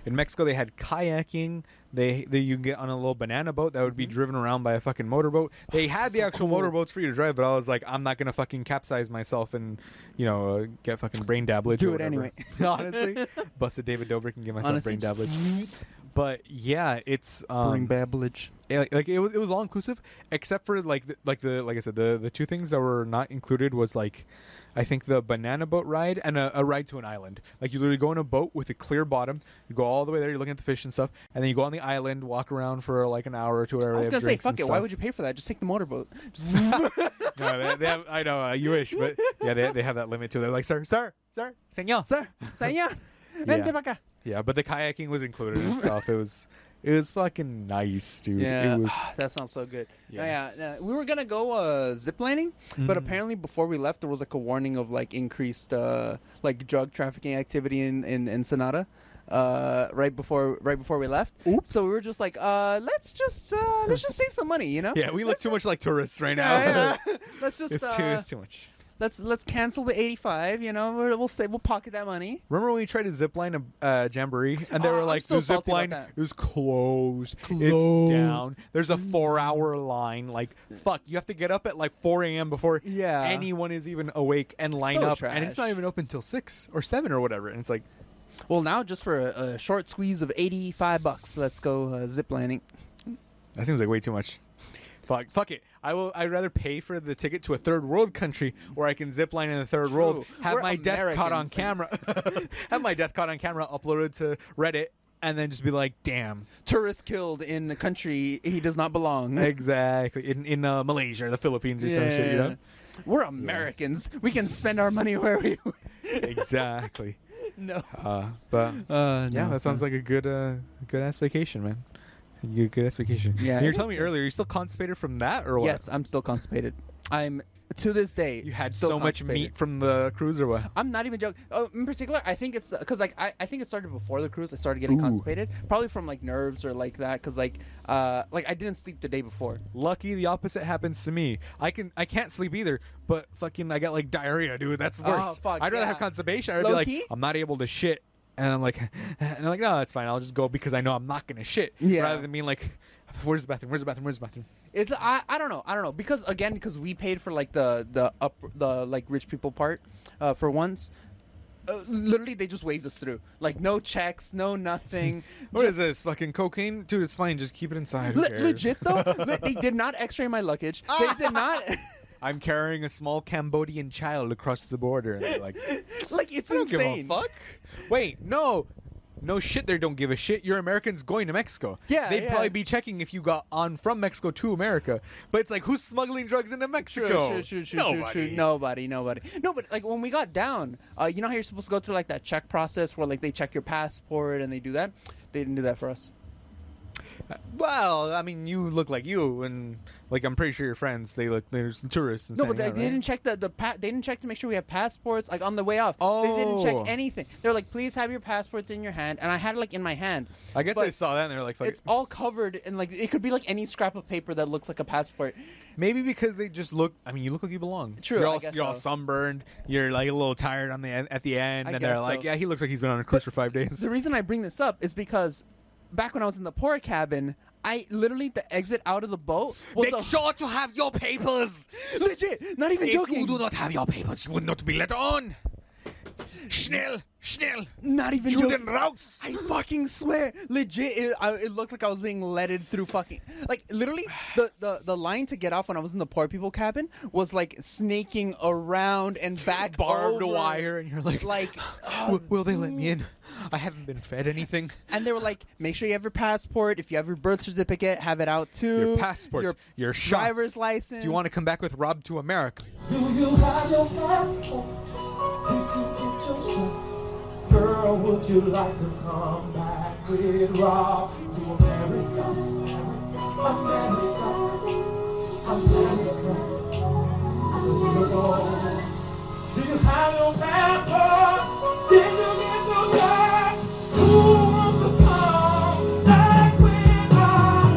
Speaker 1: In Mexico, they had kayaking. They, they you can get on a little banana boat that would
Speaker 2: Mm-hmm.
Speaker 1: be driven around by a fucking motorboat. They had the actual motorboats for you to drive, but I was like, I'm not gonna fucking capsize myself and you know uh, get fucking brain damage.
Speaker 2: Do
Speaker 1: or
Speaker 2: it
Speaker 1: whatever.
Speaker 2: anyway.
Speaker 1: Honestly, busted David Dobrik and give myself
Speaker 2: Honestly,
Speaker 1: brain
Speaker 2: just-
Speaker 1: damage. But yeah, it's um,
Speaker 2: Bring babblage.
Speaker 1: yeah, like, like, it was it was all inclusive except for like the, like the like I said the the two things that were not included was like I think the banana boat ride and a, a ride to an island. Like you literally go in a boat with a clear bottom, you go all the way there, you're looking at the fish and stuff, and then you go on the island, walk around for like an hour or two.
Speaker 2: I was gonna say, fuck it. Why would you pay for that? Just take the motorboat.
Speaker 1: no, they, they have, I know uh, you wish, but yeah, they, they have that limit too. They're like, sir, sir, sir, señor,
Speaker 2: Sir, señor,
Speaker 1: Yeah.
Speaker 2: vente pa' acá.
Speaker 1: Yeah, but the kayaking was included and stuff. It was it was fucking nice, dude.
Speaker 2: Yeah, Ah,
Speaker 1: It was
Speaker 2: that sounds so good.
Speaker 1: Yeah. Mm-hmm.
Speaker 2: Yeah, yeah, we were gonna go uh, ziplining, but apparently before we left, there was like a warning of like increased uh, like drug trafficking activity in in, in Sonata. Uh, right before right before we left,
Speaker 1: Oops.
Speaker 2: so we were just like, uh, let's just uh, let's just save some money, you know?
Speaker 1: Yeah, we look too much like tourists right now.
Speaker 2: Yeah, yeah. let's just
Speaker 1: it's,
Speaker 2: uh,
Speaker 1: too, it's too much.
Speaker 2: let's let's cancel the eighty five. You know, we'll we'll save we'll pocket that money.
Speaker 1: Remember when we tried to zip line a uh, jamboree and they
Speaker 2: Oh,
Speaker 1: were
Speaker 2: I'm
Speaker 1: like,
Speaker 2: still
Speaker 1: the zip
Speaker 2: salty about
Speaker 1: line
Speaker 2: that.
Speaker 1: is closed. It's
Speaker 2: Closed. Mm.
Speaker 1: down. There's a four hour line. Like, fuck, you have to get up at like 4 a.m. before
Speaker 2: Yeah.
Speaker 1: anyone is even awake and line
Speaker 2: So
Speaker 1: up. And it's not
Speaker 2: trash.
Speaker 1: even open till 6 or 7 or whatever. And it's like,
Speaker 2: Well, now just for a, a short squeeze of eighty five bucks, let's go uh, ziplining.
Speaker 1: That seems like way too much. Fuck, fuck it. I will. I'd rather pay for the ticket to a third world country where I can zip line in the third
Speaker 2: True.
Speaker 1: world, have
Speaker 2: We're
Speaker 1: my death caught on
Speaker 2: Americans.
Speaker 1: camera, have my death caught on camera, uploaded to Reddit, and then just be like, "Damn,
Speaker 2: Tourist killed in a country he does not belong.
Speaker 1: exactly." In in uh, Malaysia, or the Philippines, or some shit. You know,
Speaker 2: We're Americans. We can spend our money where we
Speaker 1: exactly.
Speaker 2: no.
Speaker 1: Uh, but
Speaker 2: Uh,
Speaker 1: yeah, that sounds like a good uh, good ass vacation, man. Good, good ass vacation.
Speaker 2: Yeah,
Speaker 1: you were
Speaker 2: it
Speaker 1: telling
Speaker 2: was
Speaker 1: me earlier you're still constipated from that, or what?
Speaker 2: Yes, I'm still constipated. I'm to this day.
Speaker 1: You had
Speaker 2: still
Speaker 1: so much
Speaker 2: constipated.
Speaker 1: meat from the cruise, or what?
Speaker 2: I'm not even joking. Oh, in particular, I think it's because like I, I think it started before the cruise. I started getting
Speaker 1: Ooh.
Speaker 2: constipated, probably from like nerves or like that. Because like uh like I didn't sleep the day before.
Speaker 1: Lucky the opposite happens to me. I can I can't sleep either, but fucking I got like diarrhea, dude. That's
Speaker 2: Oh,
Speaker 1: worse.
Speaker 2: fuck,
Speaker 1: I'd rather
Speaker 2: yeah.
Speaker 1: have constipation. I'd be
Speaker 2: Low
Speaker 1: like,
Speaker 2: key?
Speaker 1: I'm not able to shit, and I'm like, and I'm like, no, it's fine. I'll just go because I know I'm not gonna shit.
Speaker 2: Yeah.
Speaker 1: Rather than being like, where's the bathroom? Where's the bathroom? Where's the bathroom?
Speaker 2: It's I, I don't know I don't know because again because we paid for like the the up the like rich people part uh, for once. Uh, literally, they just waved us through. Like no checks, no nothing.
Speaker 1: What is this fucking cocaine, dude? It's fine. Just keep it inside. Who
Speaker 2: Le-
Speaker 1: cares?
Speaker 2: legit though, le- they did not X-ray my luggage. They did not.
Speaker 1: I'm carrying a small Cambodian child across the border, and they're like,
Speaker 2: like it's
Speaker 1: I don't
Speaker 2: insane.
Speaker 1: give a fuck. Wait, no. No shit, they don't give a shit. You're Americans going to Mexico.
Speaker 2: Yeah,
Speaker 1: they'd
Speaker 2: yeah.
Speaker 1: probably be checking if you got on from Mexico to America. But it's like, who's smuggling drugs into
Speaker 2: True,
Speaker 1: Mexico?
Speaker 2: true, true, true,
Speaker 1: Nobody.
Speaker 2: true, true. Nobody, nobody. No, but like when we got down, uh, you know how you're supposed to go through like that check process where like they check your passport and they do that. They didn't do that for us.
Speaker 1: Well, I mean, you look like you, and like I'm pretty sure your friends. They look there's tourists. And
Speaker 2: No,
Speaker 1: stuff
Speaker 2: but they,
Speaker 1: like that,
Speaker 2: they
Speaker 1: right?
Speaker 2: didn't check the the pa- they didn't check to make sure we had passports. Like on the way out, they didn't
Speaker 1: Oh.
Speaker 2: check anything. They're like, please have your passports in your hand, and I had it like in my hand.
Speaker 1: I guess
Speaker 2: but
Speaker 1: they saw that and they're like, fuck
Speaker 2: It's
Speaker 1: it.
Speaker 2: all covered and like it could be like any scrap of paper that looks like a passport.
Speaker 1: maybe because they just look. I mean, you look like you belong.
Speaker 2: True,
Speaker 1: You're
Speaker 2: I
Speaker 1: all,
Speaker 2: guess
Speaker 1: you're all
Speaker 2: so.
Speaker 1: sunburned. You're like a little tired on the en- at the end,
Speaker 2: I
Speaker 1: and they're
Speaker 2: guess
Speaker 1: like,
Speaker 2: so.
Speaker 1: yeah, he looks like he's been on a cruise for five days.
Speaker 2: The reason I bring this up is because back when I was in the poor cabin, I literally the exit out of the boat was a,
Speaker 1: Make sure to have your papers.
Speaker 2: legit, not even
Speaker 1: If
Speaker 2: joking,
Speaker 1: you do not have your papers, you will not be let on. Schnell, schnell.
Speaker 2: not even joking.
Speaker 1: Juden Raus.
Speaker 2: I fucking swear, legit, it, I, it looked like I was being leaded through fucking like literally the, the the line to get off when I was in the poor people cabin was like snaking around and back
Speaker 1: Barbed
Speaker 2: over.
Speaker 1: wire, and you're like,
Speaker 2: like, um,
Speaker 1: "W- will they let me in? I haven't been fed anything.
Speaker 2: And they were like, make sure you have your passport. If you have your birth certificate, have it out too.
Speaker 1: Your passports, your,
Speaker 2: your,
Speaker 1: shots.
Speaker 2: driver's license.
Speaker 1: Do you want to come back with Rob to America?
Speaker 3: Do you have your passport? Did you get your shots? Girl, would you like to come back with Rob to America? America, America, America. Do you have your passport? Did you get your shots? Who wants to come back with Rob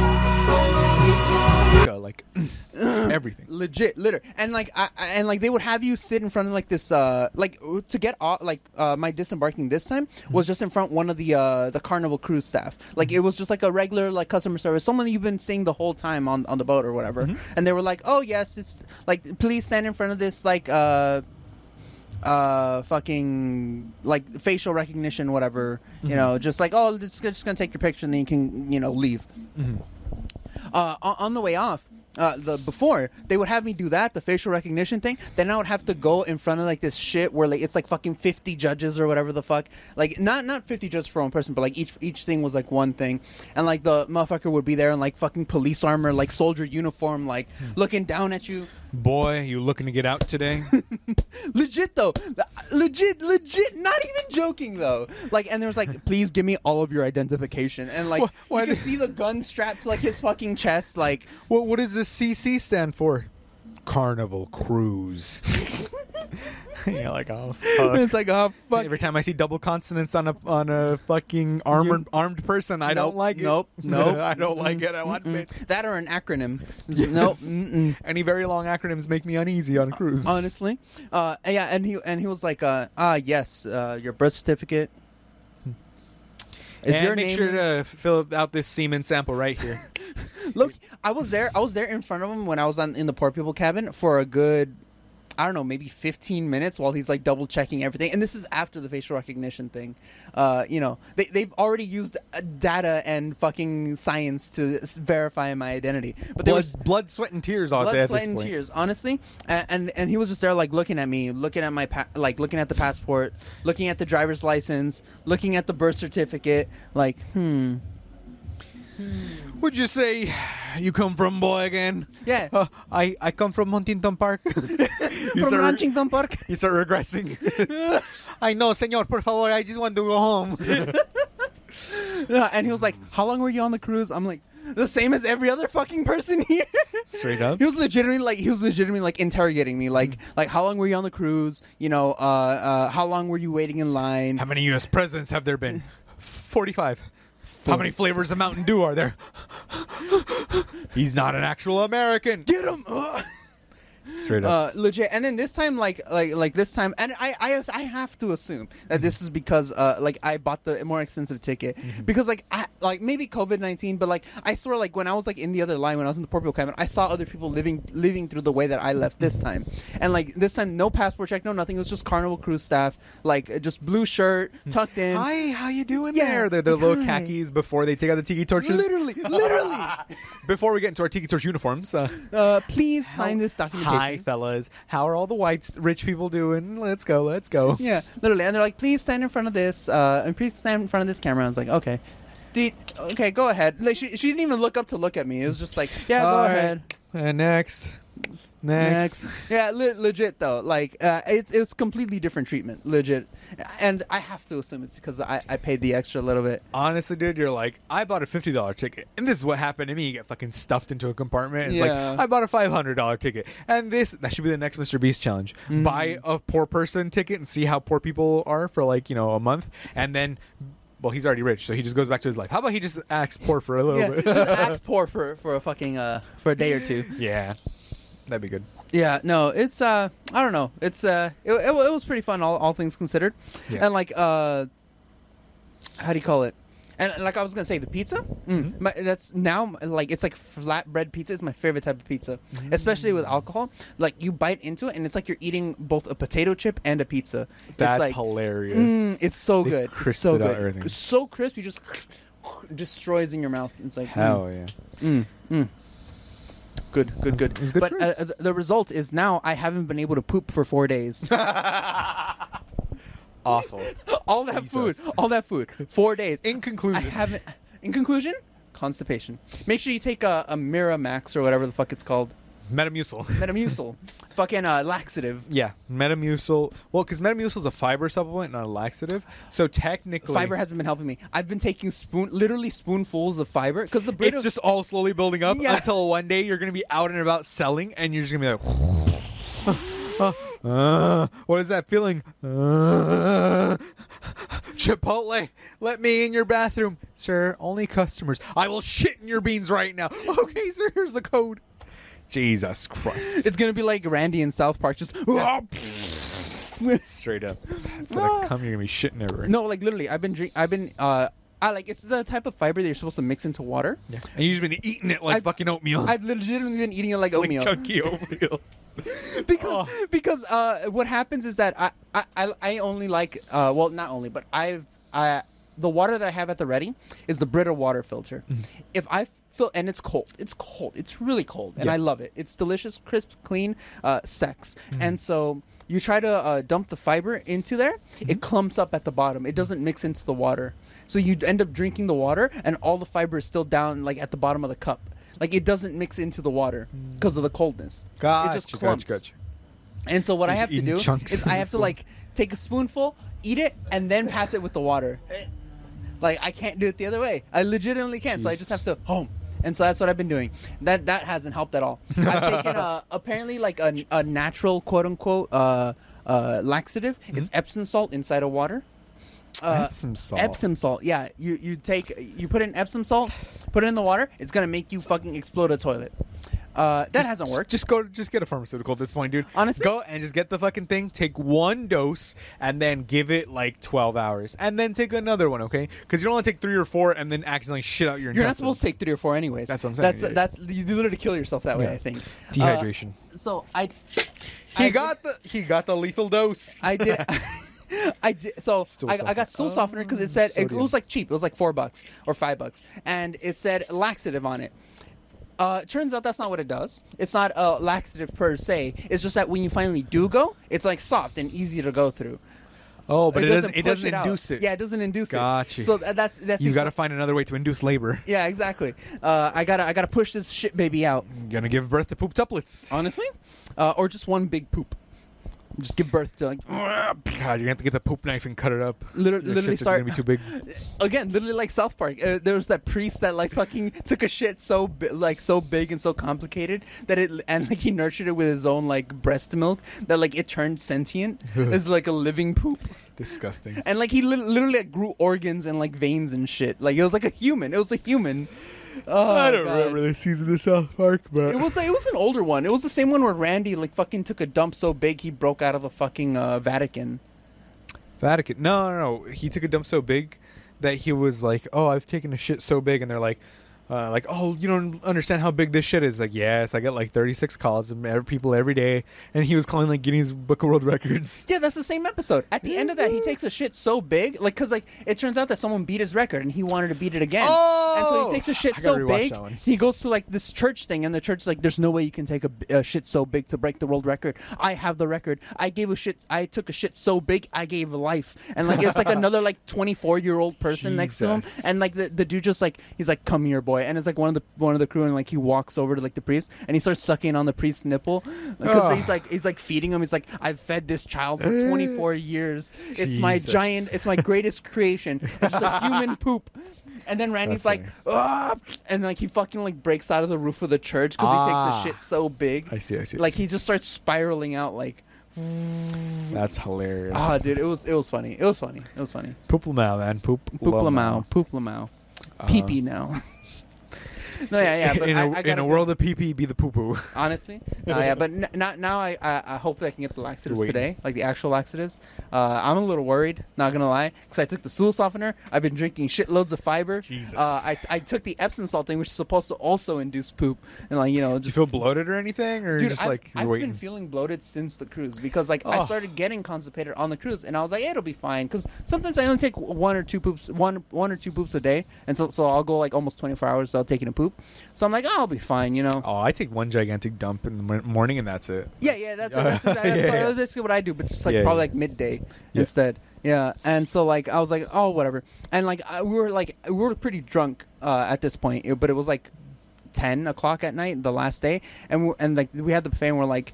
Speaker 3: to America?
Speaker 1: Like everything.
Speaker 2: legit litter and like I, I- and like they would have you sit in front of like this uh like to get off like uh my disembarking this time was just in front one of the uh the carnival cruise staff like it was just like a regular like customer service someone you've been seeing the whole time on on the boat or whatever and they were like oh yes it's like please stand in front of this like uh uh, fucking like facial recognition, whatever. You know, just like oh, it's just gonna take your picture and then you can you know leave. Uh, on, on the way off. Uh, the before they would have me do that the facial recognition thing then i would have to go in front of like this shit where like it's like fucking 50 judges or whatever the fuck like not not 50 judges for one person but like each each thing was like one thing and like the motherfucker would be there in like fucking police armor like soldier uniform like
Speaker 1: Hmm.
Speaker 2: looking down at you
Speaker 1: Boy, you looking to get out today?
Speaker 2: legit though legit legit not even joking though like and there was like please give me all of your identification and like
Speaker 1: Wha- why
Speaker 2: you could
Speaker 1: did-
Speaker 2: see the gun strapped to like his fucking chest like
Speaker 1: what What does the CC stand for? Carnival Cruise. You're like, oh fuck.
Speaker 2: it's like oh fuck
Speaker 1: Every time I see double consonants on a on a fucking armored
Speaker 2: You-
Speaker 1: armed person, I
Speaker 2: Nope,
Speaker 1: don't like it.
Speaker 2: nope, nope.
Speaker 1: I don't like it. I want it.
Speaker 2: that or an acronym no mm-mm.
Speaker 1: Any very long acronyms make me uneasy on cruise.
Speaker 2: honestly uh and yeah and he and he was like uh ah yes uh your birth certificate is
Speaker 1: and
Speaker 2: your
Speaker 1: make
Speaker 2: name
Speaker 1: sure to fill out this semen sample right here.
Speaker 2: Look, I was there. I was there in front of him when I was on in the poor people cabin for a good, I don't know, maybe fifteen minutes while he's like double checking everything. And this is after the facial recognition thing. Uh, you know, they they've already used uh, data and fucking science to s- verify my identity. But there
Speaker 1: blood,
Speaker 2: was
Speaker 1: blood, sweat, and tears all
Speaker 2: blood,
Speaker 1: day at
Speaker 2: sweat,
Speaker 1: this
Speaker 2: and
Speaker 1: point.
Speaker 2: tears. Honestly, and, and and he was just there, like looking at me, looking at my pa- like looking at the passport, looking at the driver's license, looking at the birth certificate. Like, hmm.
Speaker 1: Would you say you come from boy again?
Speaker 2: Yeah.
Speaker 1: Uh, I I come from Huntington Park. you
Speaker 2: From
Speaker 1: start-
Speaker 2: Huntington Park.
Speaker 1: You start regressing. I know, senor. Por favor, I just want to go home.
Speaker 2: Yeah, and he was like, "How long were you on the cruise?" I'm like, "The same as every other fucking person here."
Speaker 1: Straight up.
Speaker 2: he was legitimately like, he was legitimately like interrogating me, like, like how long were you on the cruise? You know, uh, uh, how long were you waiting in line?
Speaker 1: How many U.S. presidents have there been? Forty-five. How many flavors of Mountain Dew are there? He's not an actual American.
Speaker 2: Get him.
Speaker 1: Straight
Speaker 2: Uh, legit. And then this time, like, like, like this time, and I, I, I have to assume that this is because, uh, like, I bought the more expensive ticket because, like, I, like maybe COVID nineteen, but like, I swear, like, when I was like in the other line, when I was in the Portugal cabin, I saw other people living, living through the way that I left this time, and like this time, no passport check, no nothing. It was just Carnival Cruise staff, like, uh, just blue shirt tucked in.
Speaker 1: Hi, how you doing
Speaker 2: Yeah,
Speaker 1: there? They're their little
Speaker 2: hi.
Speaker 1: khakis before they take out the tiki torches.
Speaker 2: Literally, literally.
Speaker 1: before we get into our tiki torch uniforms. Uh,
Speaker 2: Uh, please sign this documentation.
Speaker 1: Hi, fellas. How are all the whites, rich people doing? Let's go. Let's go.
Speaker 2: Yeah, literally. And they're like, please stand in front of this, uh, and please stand in front of this camera. I was like, okay. Did, okay, go ahead. Like, she, she didn't even look up to look at me. It was just like, yeah, go
Speaker 1: All right.
Speaker 2: ahead.
Speaker 1: Uh, next. Next.
Speaker 2: Yeah, le- legit though. Like, uh, it's it's completely different treatment. Legit, and I have to assume it's because I, I paid the extra little bit.
Speaker 1: Honestly, dude, you're like, I bought a fifty dollar ticket, and this is what happened to me. You get fucking stuffed into a compartment. And
Speaker 2: Yeah.
Speaker 1: It's like I bought a five hundred dollar ticket, and this that should be the next Mr. Beast challenge.
Speaker 2: Mm.
Speaker 1: Buy a poor person ticket and see how poor people are for like you know a month, and then. Well, he's already rich, so he just goes back to his life. How about he just acts poor for a little
Speaker 2: Yeah,
Speaker 1: bit?
Speaker 2: just act poor for for a fucking uh for a day or two.
Speaker 1: Yeah, that'd be good.
Speaker 2: Yeah, no, it's uh, I don't know, it's uh, it, it, wa- it was pretty fun, all, all things considered,
Speaker 1: Yeah.
Speaker 2: and like uh, how do you call it? And and like I was gonna say, the pizza, mm,
Speaker 1: Mm-hmm.
Speaker 2: my, that's now like it's like flatbread pizza is my favorite type of pizza,
Speaker 1: Mm.
Speaker 2: especially with alcohol. Like you bite into it, and it's like you're eating both a potato chip and a pizza.
Speaker 1: That's
Speaker 2: it's like,
Speaker 1: hilarious.
Speaker 2: mm, it's so
Speaker 1: They
Speaker 2: good, it's
Speaker 1: crisped
Speaker 2: so
Speaker 1: it out
Speaker 2: good,
Speaker 1: everything.
Speaker 2: It's so crisp, you just destroys in your mouth. It's like mm.
Speaker 1: Hell yeah.
Speaker 2: Mm, mm. Good, good,
Speaker 1: It's-
Speaker 2: good.
Speaker 1: it's good
Speaker 2: but uh,
Speaker 1: cruise.
Speaker 2: th- the result is now I haven't been able to poop for four days.
Speaker 1: Awful.
Speaker 2: all that
Speaker 1: Jesus.
Speaker 2: food, all that food, four days.
Speaker 1: In
Speaker 2: I
Speaker 1: conclusion,
Speaker 2: haven't. In conclusion, constipation. Make sure you take a, a Miramax or whatever the fuck it's called,
Speaker 1: Metamucil.
Speaker 2: Metamucil, fucking uh, laxative,
Speaker 1: Yeah, Metamucil. Well, because Metamucil is a fiber supplement, not a laxative. So technically,
Speaker 2: Fiber hasn't been helping me. I've been taking spoon, literally spoonfuls of fiber because the burrito.
Speaker 1: it's just all slowly building up
Speaker 2: Yeah.
Speaker 1: until one day you're gonna be out and about selling, and you're just gonna be like. Uh, what is that feeling? Uh, Chipotle, let me in your bathroom, sir. Only customers. I will shit in your beans right now. Okay, sir. Here's the code. Jesus Christ.
Speaker 2: it's gonna be like Randy in South Park, just.
Speaker 1: Straight up. Instead of
Speaker 2: Ah.
Speaker 1: Ah. cum, you're gonna be shitting everywhere.
Speaker 2: No, like literally, I've been drink. I've been uh, I like it's the type of fiber that you're supposed to mix into water.
Speaker 1: Yeah. And you've just been eating it like
Speaker 2: I've-
Speaker 1: fucking oatmeal.
Speaker 2: I've legitimately been eating it like
Speaker 1: like
Speaker 2: oatmeal.
Speaker 1: chunky oatmeal.
Speaker 2: because
Speaker 1: Oh.
Speaker 2: because uh, what happens is that I I, I, I only like uh, well not only but I've I the water that I have at the ready is the Brita water filter.
Speaker 1: Mm-hmm.
Speaker 2: If I fill and it's cold, it's cold, it's really cold, and
Speaker 1: Yeah.
Speaker 2: I love it. It's delicious, crisp, clean, uh, sex,
Speaker 1: Mm-hmm.
Speaker 2: and so. You try to uh, dump the fiber into there,
Speaker 1: Mm-hmm.
Speaker 2: it clumps up at the bottom. It doesn't mix into the water. So you end up drinking the water, and all the fiber is still down, like at the bottom of the cup. Like it doesn't mix into the water
Speaker 1: Mm.
Speaker 2: because of the coldness. it just clumps. And so what I
Speaker 1: He's
Speaker 2: have to
Speaker 1: eating
Speaker 2: do
Speaker 1: chunks
Speaker 2: is
Speaker 1: in
Speaker 2: I
Speaker 1: this
Speaker 2: have to
Speaker 1: one.
Speaker 2: like take a spoonful, eat it, and then pass it with the water. Like I can't do it the other way. I legitimately can't. So I just have
Speaker 1: Jesus.
Speaker 2: to home. And so that's what I've been doing. That that hasn't helped at all. I've taken a, apparently like a, a natural quote unquote uh, uh, laxative is Epsom salt inside of water. Uh,
Speaker 1: Mm-hmm. Epsom salt.
Speaker 2: Epsom salt. Yeah, you you take you put in Epsom salt, put it in the water. It's gonna make you fucking explode a toilet. Uh, that hasn't worked.
Speaker 1: Just go, just get a pharmaceutical at this point, dude.
Speaker 2: Honestly?
Speaker 1: go and just get the fucking thing. Take one dose and then give it like twelve hours, and then take another one, okay? Because you don't want to take three or four and then accidentally shit out your.
Speaker 2: You're not
Speaker 1: intestines.
Speaker 2: supposed to take three or four, anyways.
Speaker 1: That's what I'm saying,
Speaker 2: That's
Speaker 1: yeah, yeah.
Speaker 2: that's you literally kill yourself that way.
Speaker 1: Yeah.
Speaker 2: I think Uh,
Speaker 1: Dehydration.
Speaker 2: so I,
Speaker 1: he
Speaker 2: I did-
Speaker 1: got the he got the lethal dose.
Speaker 2: I did. I did, so
Speaker 1: Stool
Speaker 2: I, I got
Speaker 1: softener.
Speaker 2: stool softener because it said it
Speaker 1: sodium.
Speaker 2: was like cheap. It was like four bucks or five bucks, and it said laxative on it. Uh, turns out that's not what it does. It's not a laxative per se. It's just that when you finally do go, it's like soft and easy to go through.
Speaker 1: oh, but it, doesn't. It
Speaker 2: push
Speaker 1: doesn't
Speaker 2: out.
Speaker 1: induce it.
Speaker 2: Yeah, it doesn't induce
Speaker 1: Gotcha.
Speaker 2: it. So tha- that's that's
Speaker 1: you
Speaker 2: exa-
Speaker 1: got to find another way to induce labor.
Speaker 2: Yeah, exactly. Uh, I gotta I gotta push this shit baby out.
Speaker 1: Gonna give birth to poop tuplets.
Speaker 2: Honestly, uh, or just one big poop. Just give birth to like
Speaker 1: God, you're gonna have to get the poop knife and cut it up.
Speaker 2: Liter-
Speaker 1: Your
Speaker 2: literally
Speaker 1: shits are
Speaker 2: start
Speaker 1: gonna be too big.
Speaker 2: again, literally like South Park. Uh, there was that priest that like fucking took a shit so bi- like so big and so complicated that it and like he nurtured it with his own like breast milk that like it turned sentient. it's like a living poop.
Speaker 1: Disgusting.
Speaker 2: And like he lit literally like, grew organs and like veins and shit. Like it was like a human. It was a human. Oh,
Speaker 1: I don't
Speaker 2: God.
Speaker 1: remember the season of South Park, but
Speaker 2: It was it was an older one. It was the same one where Randy like fucking took a dump so big he broke out of the fucking uh, Vatican.
Speaker 1: Vatican. No, no, no. He took a dump so big that he was like, "Oh, I've taken a shit so big," and they're like, uh, "Like, oh, you don't understand how big this shit is." Like, yes, I got like 36 calls from ev- people every day, and he was calling like Guinness Book of World Records.
Speaker 2: Yeah, that's the same episode. At the end of
Speaker 1: Mm-hmm.
Speaker 2: that, he takes a shit so big, like, cause like it turns out that someone beat his record and he wanted to beat it again. and so
Speaker 1: Oh!
Speaker 2: he takes a shit
Speaker 1: I gotta
Speaker 2: so
Speaker 1: rewatch
Speaker 2: big,
Speaker 1: that one.
Speaker 2: he goes to like this church thing, and the church's like, "There's no way you can take a, b- a shit so big to break the world record. I have the record. I gave a shit. I took a shit so big, I gave life." And like it's like another like 24 year old person next to him,
Speaker 1: Jesus.
Speaker 2: and like the, the dude just like he's like, "Come here, boy," and it's like one of the one of the crew, and like he walks over to like the priest, and he starts sucking on the priest's nipple because
Speaker 1: Ugh.
Speaker 2: he's like he's like feeding him. He's like, "I've fed this child for 24 years. It's my
Speaker 1: Eh. Jesus.
Speaker 2: giant. It's my greatest creation. It's just a human poop." And then Randy's
Speaker 1: That's
Speaker 2: like, "Ah!"
Speaker 1: funny.
Speaker 2: and like he fucking like breaks out of the roof of the church because
Speaker 1: Ah.
Speaker 2: he takes a shit so big.
Speaker 1: I see, I see, I
Speaker 2: Like
Speaker 1: see.
Speaker 2: he just starts spiraling out. Like,
Speaker 1: That's hilarious.
Speaker 2: ah, dude, it was it was funny. It was funny. It was funny.
Speaker 1: Poop Lamau, man. Poop.
Speaker 2: Poop lamau. Poop lamau. Pee pee now. no, yeah, yeah. But
Speaker 1: Uh-huh. in
Speaker 2: I
Speaker 1: a
Speaker 2: I
Speaker 1: in
Speaker 2: gotta
Speaker 1: a
Speaker 2: go.
Speaker 1: world of pee pee, be the poo poo.
Speaker 2: honestly. No, yeah, but n- not now. I, I I hope that I can get the laxatives
Speaker 1: Wait.
Speaker 2: today, like the actual laxatives. Uh, I'm a little worried, not gonna lie, because I took the stool softener. I've been drinking shitloads of fiber.
Speaker 1: Jesus.
Speaker 2: Uh, I I took the Epsom salt thing, which is supposed to also induce poop, and like you know
Speaker 1: Do you
Speaker 2: just.
Speaker 1: feel bloated or anything, or
Speaker 2: Dude,
Speaker 1: just
Speaker 2: I've,
Speaker 1: like you're
Speaker 2: I've
Speaker 1: waiting?
Speaker 2: been feeling bloated since the cruise because like I
Speaker 1: Oh.
Speaker 2: started getting constipated on the cruise, and I was like, yeah, it'll be fine. Because sometimes I only take one or two poops, one one or two poops a day, and so so I'll go like almost 24 hours without taking a poop. So I'm like, oh, I'll be fine, you know.
Speaker 1: oh, I take one gigantic dump in the mor- morning, and that's it.
Speaker 2: Yeah, yeah, that's
Speaker 1: Uh,
Speaker 2: that's, that's,
Speaker 1: yeah,
Speaker 2: that's
Speaker 1: yeah.
Speaker 2: basically what I do, but just like
Speaker 1: Yeah,
Speaker 2: probably
Speaker 1: yeah.
Speaker 2: like midday
Speaker 1: Yeah.
Speaker 2: instead. Yeah, and so like I was like, oh, whatever, and like I, we were like we were pretty drunk uh, at this point, it- but it was like ten o'clock at night, the last day, and we, and like we had the buffet, and we're like.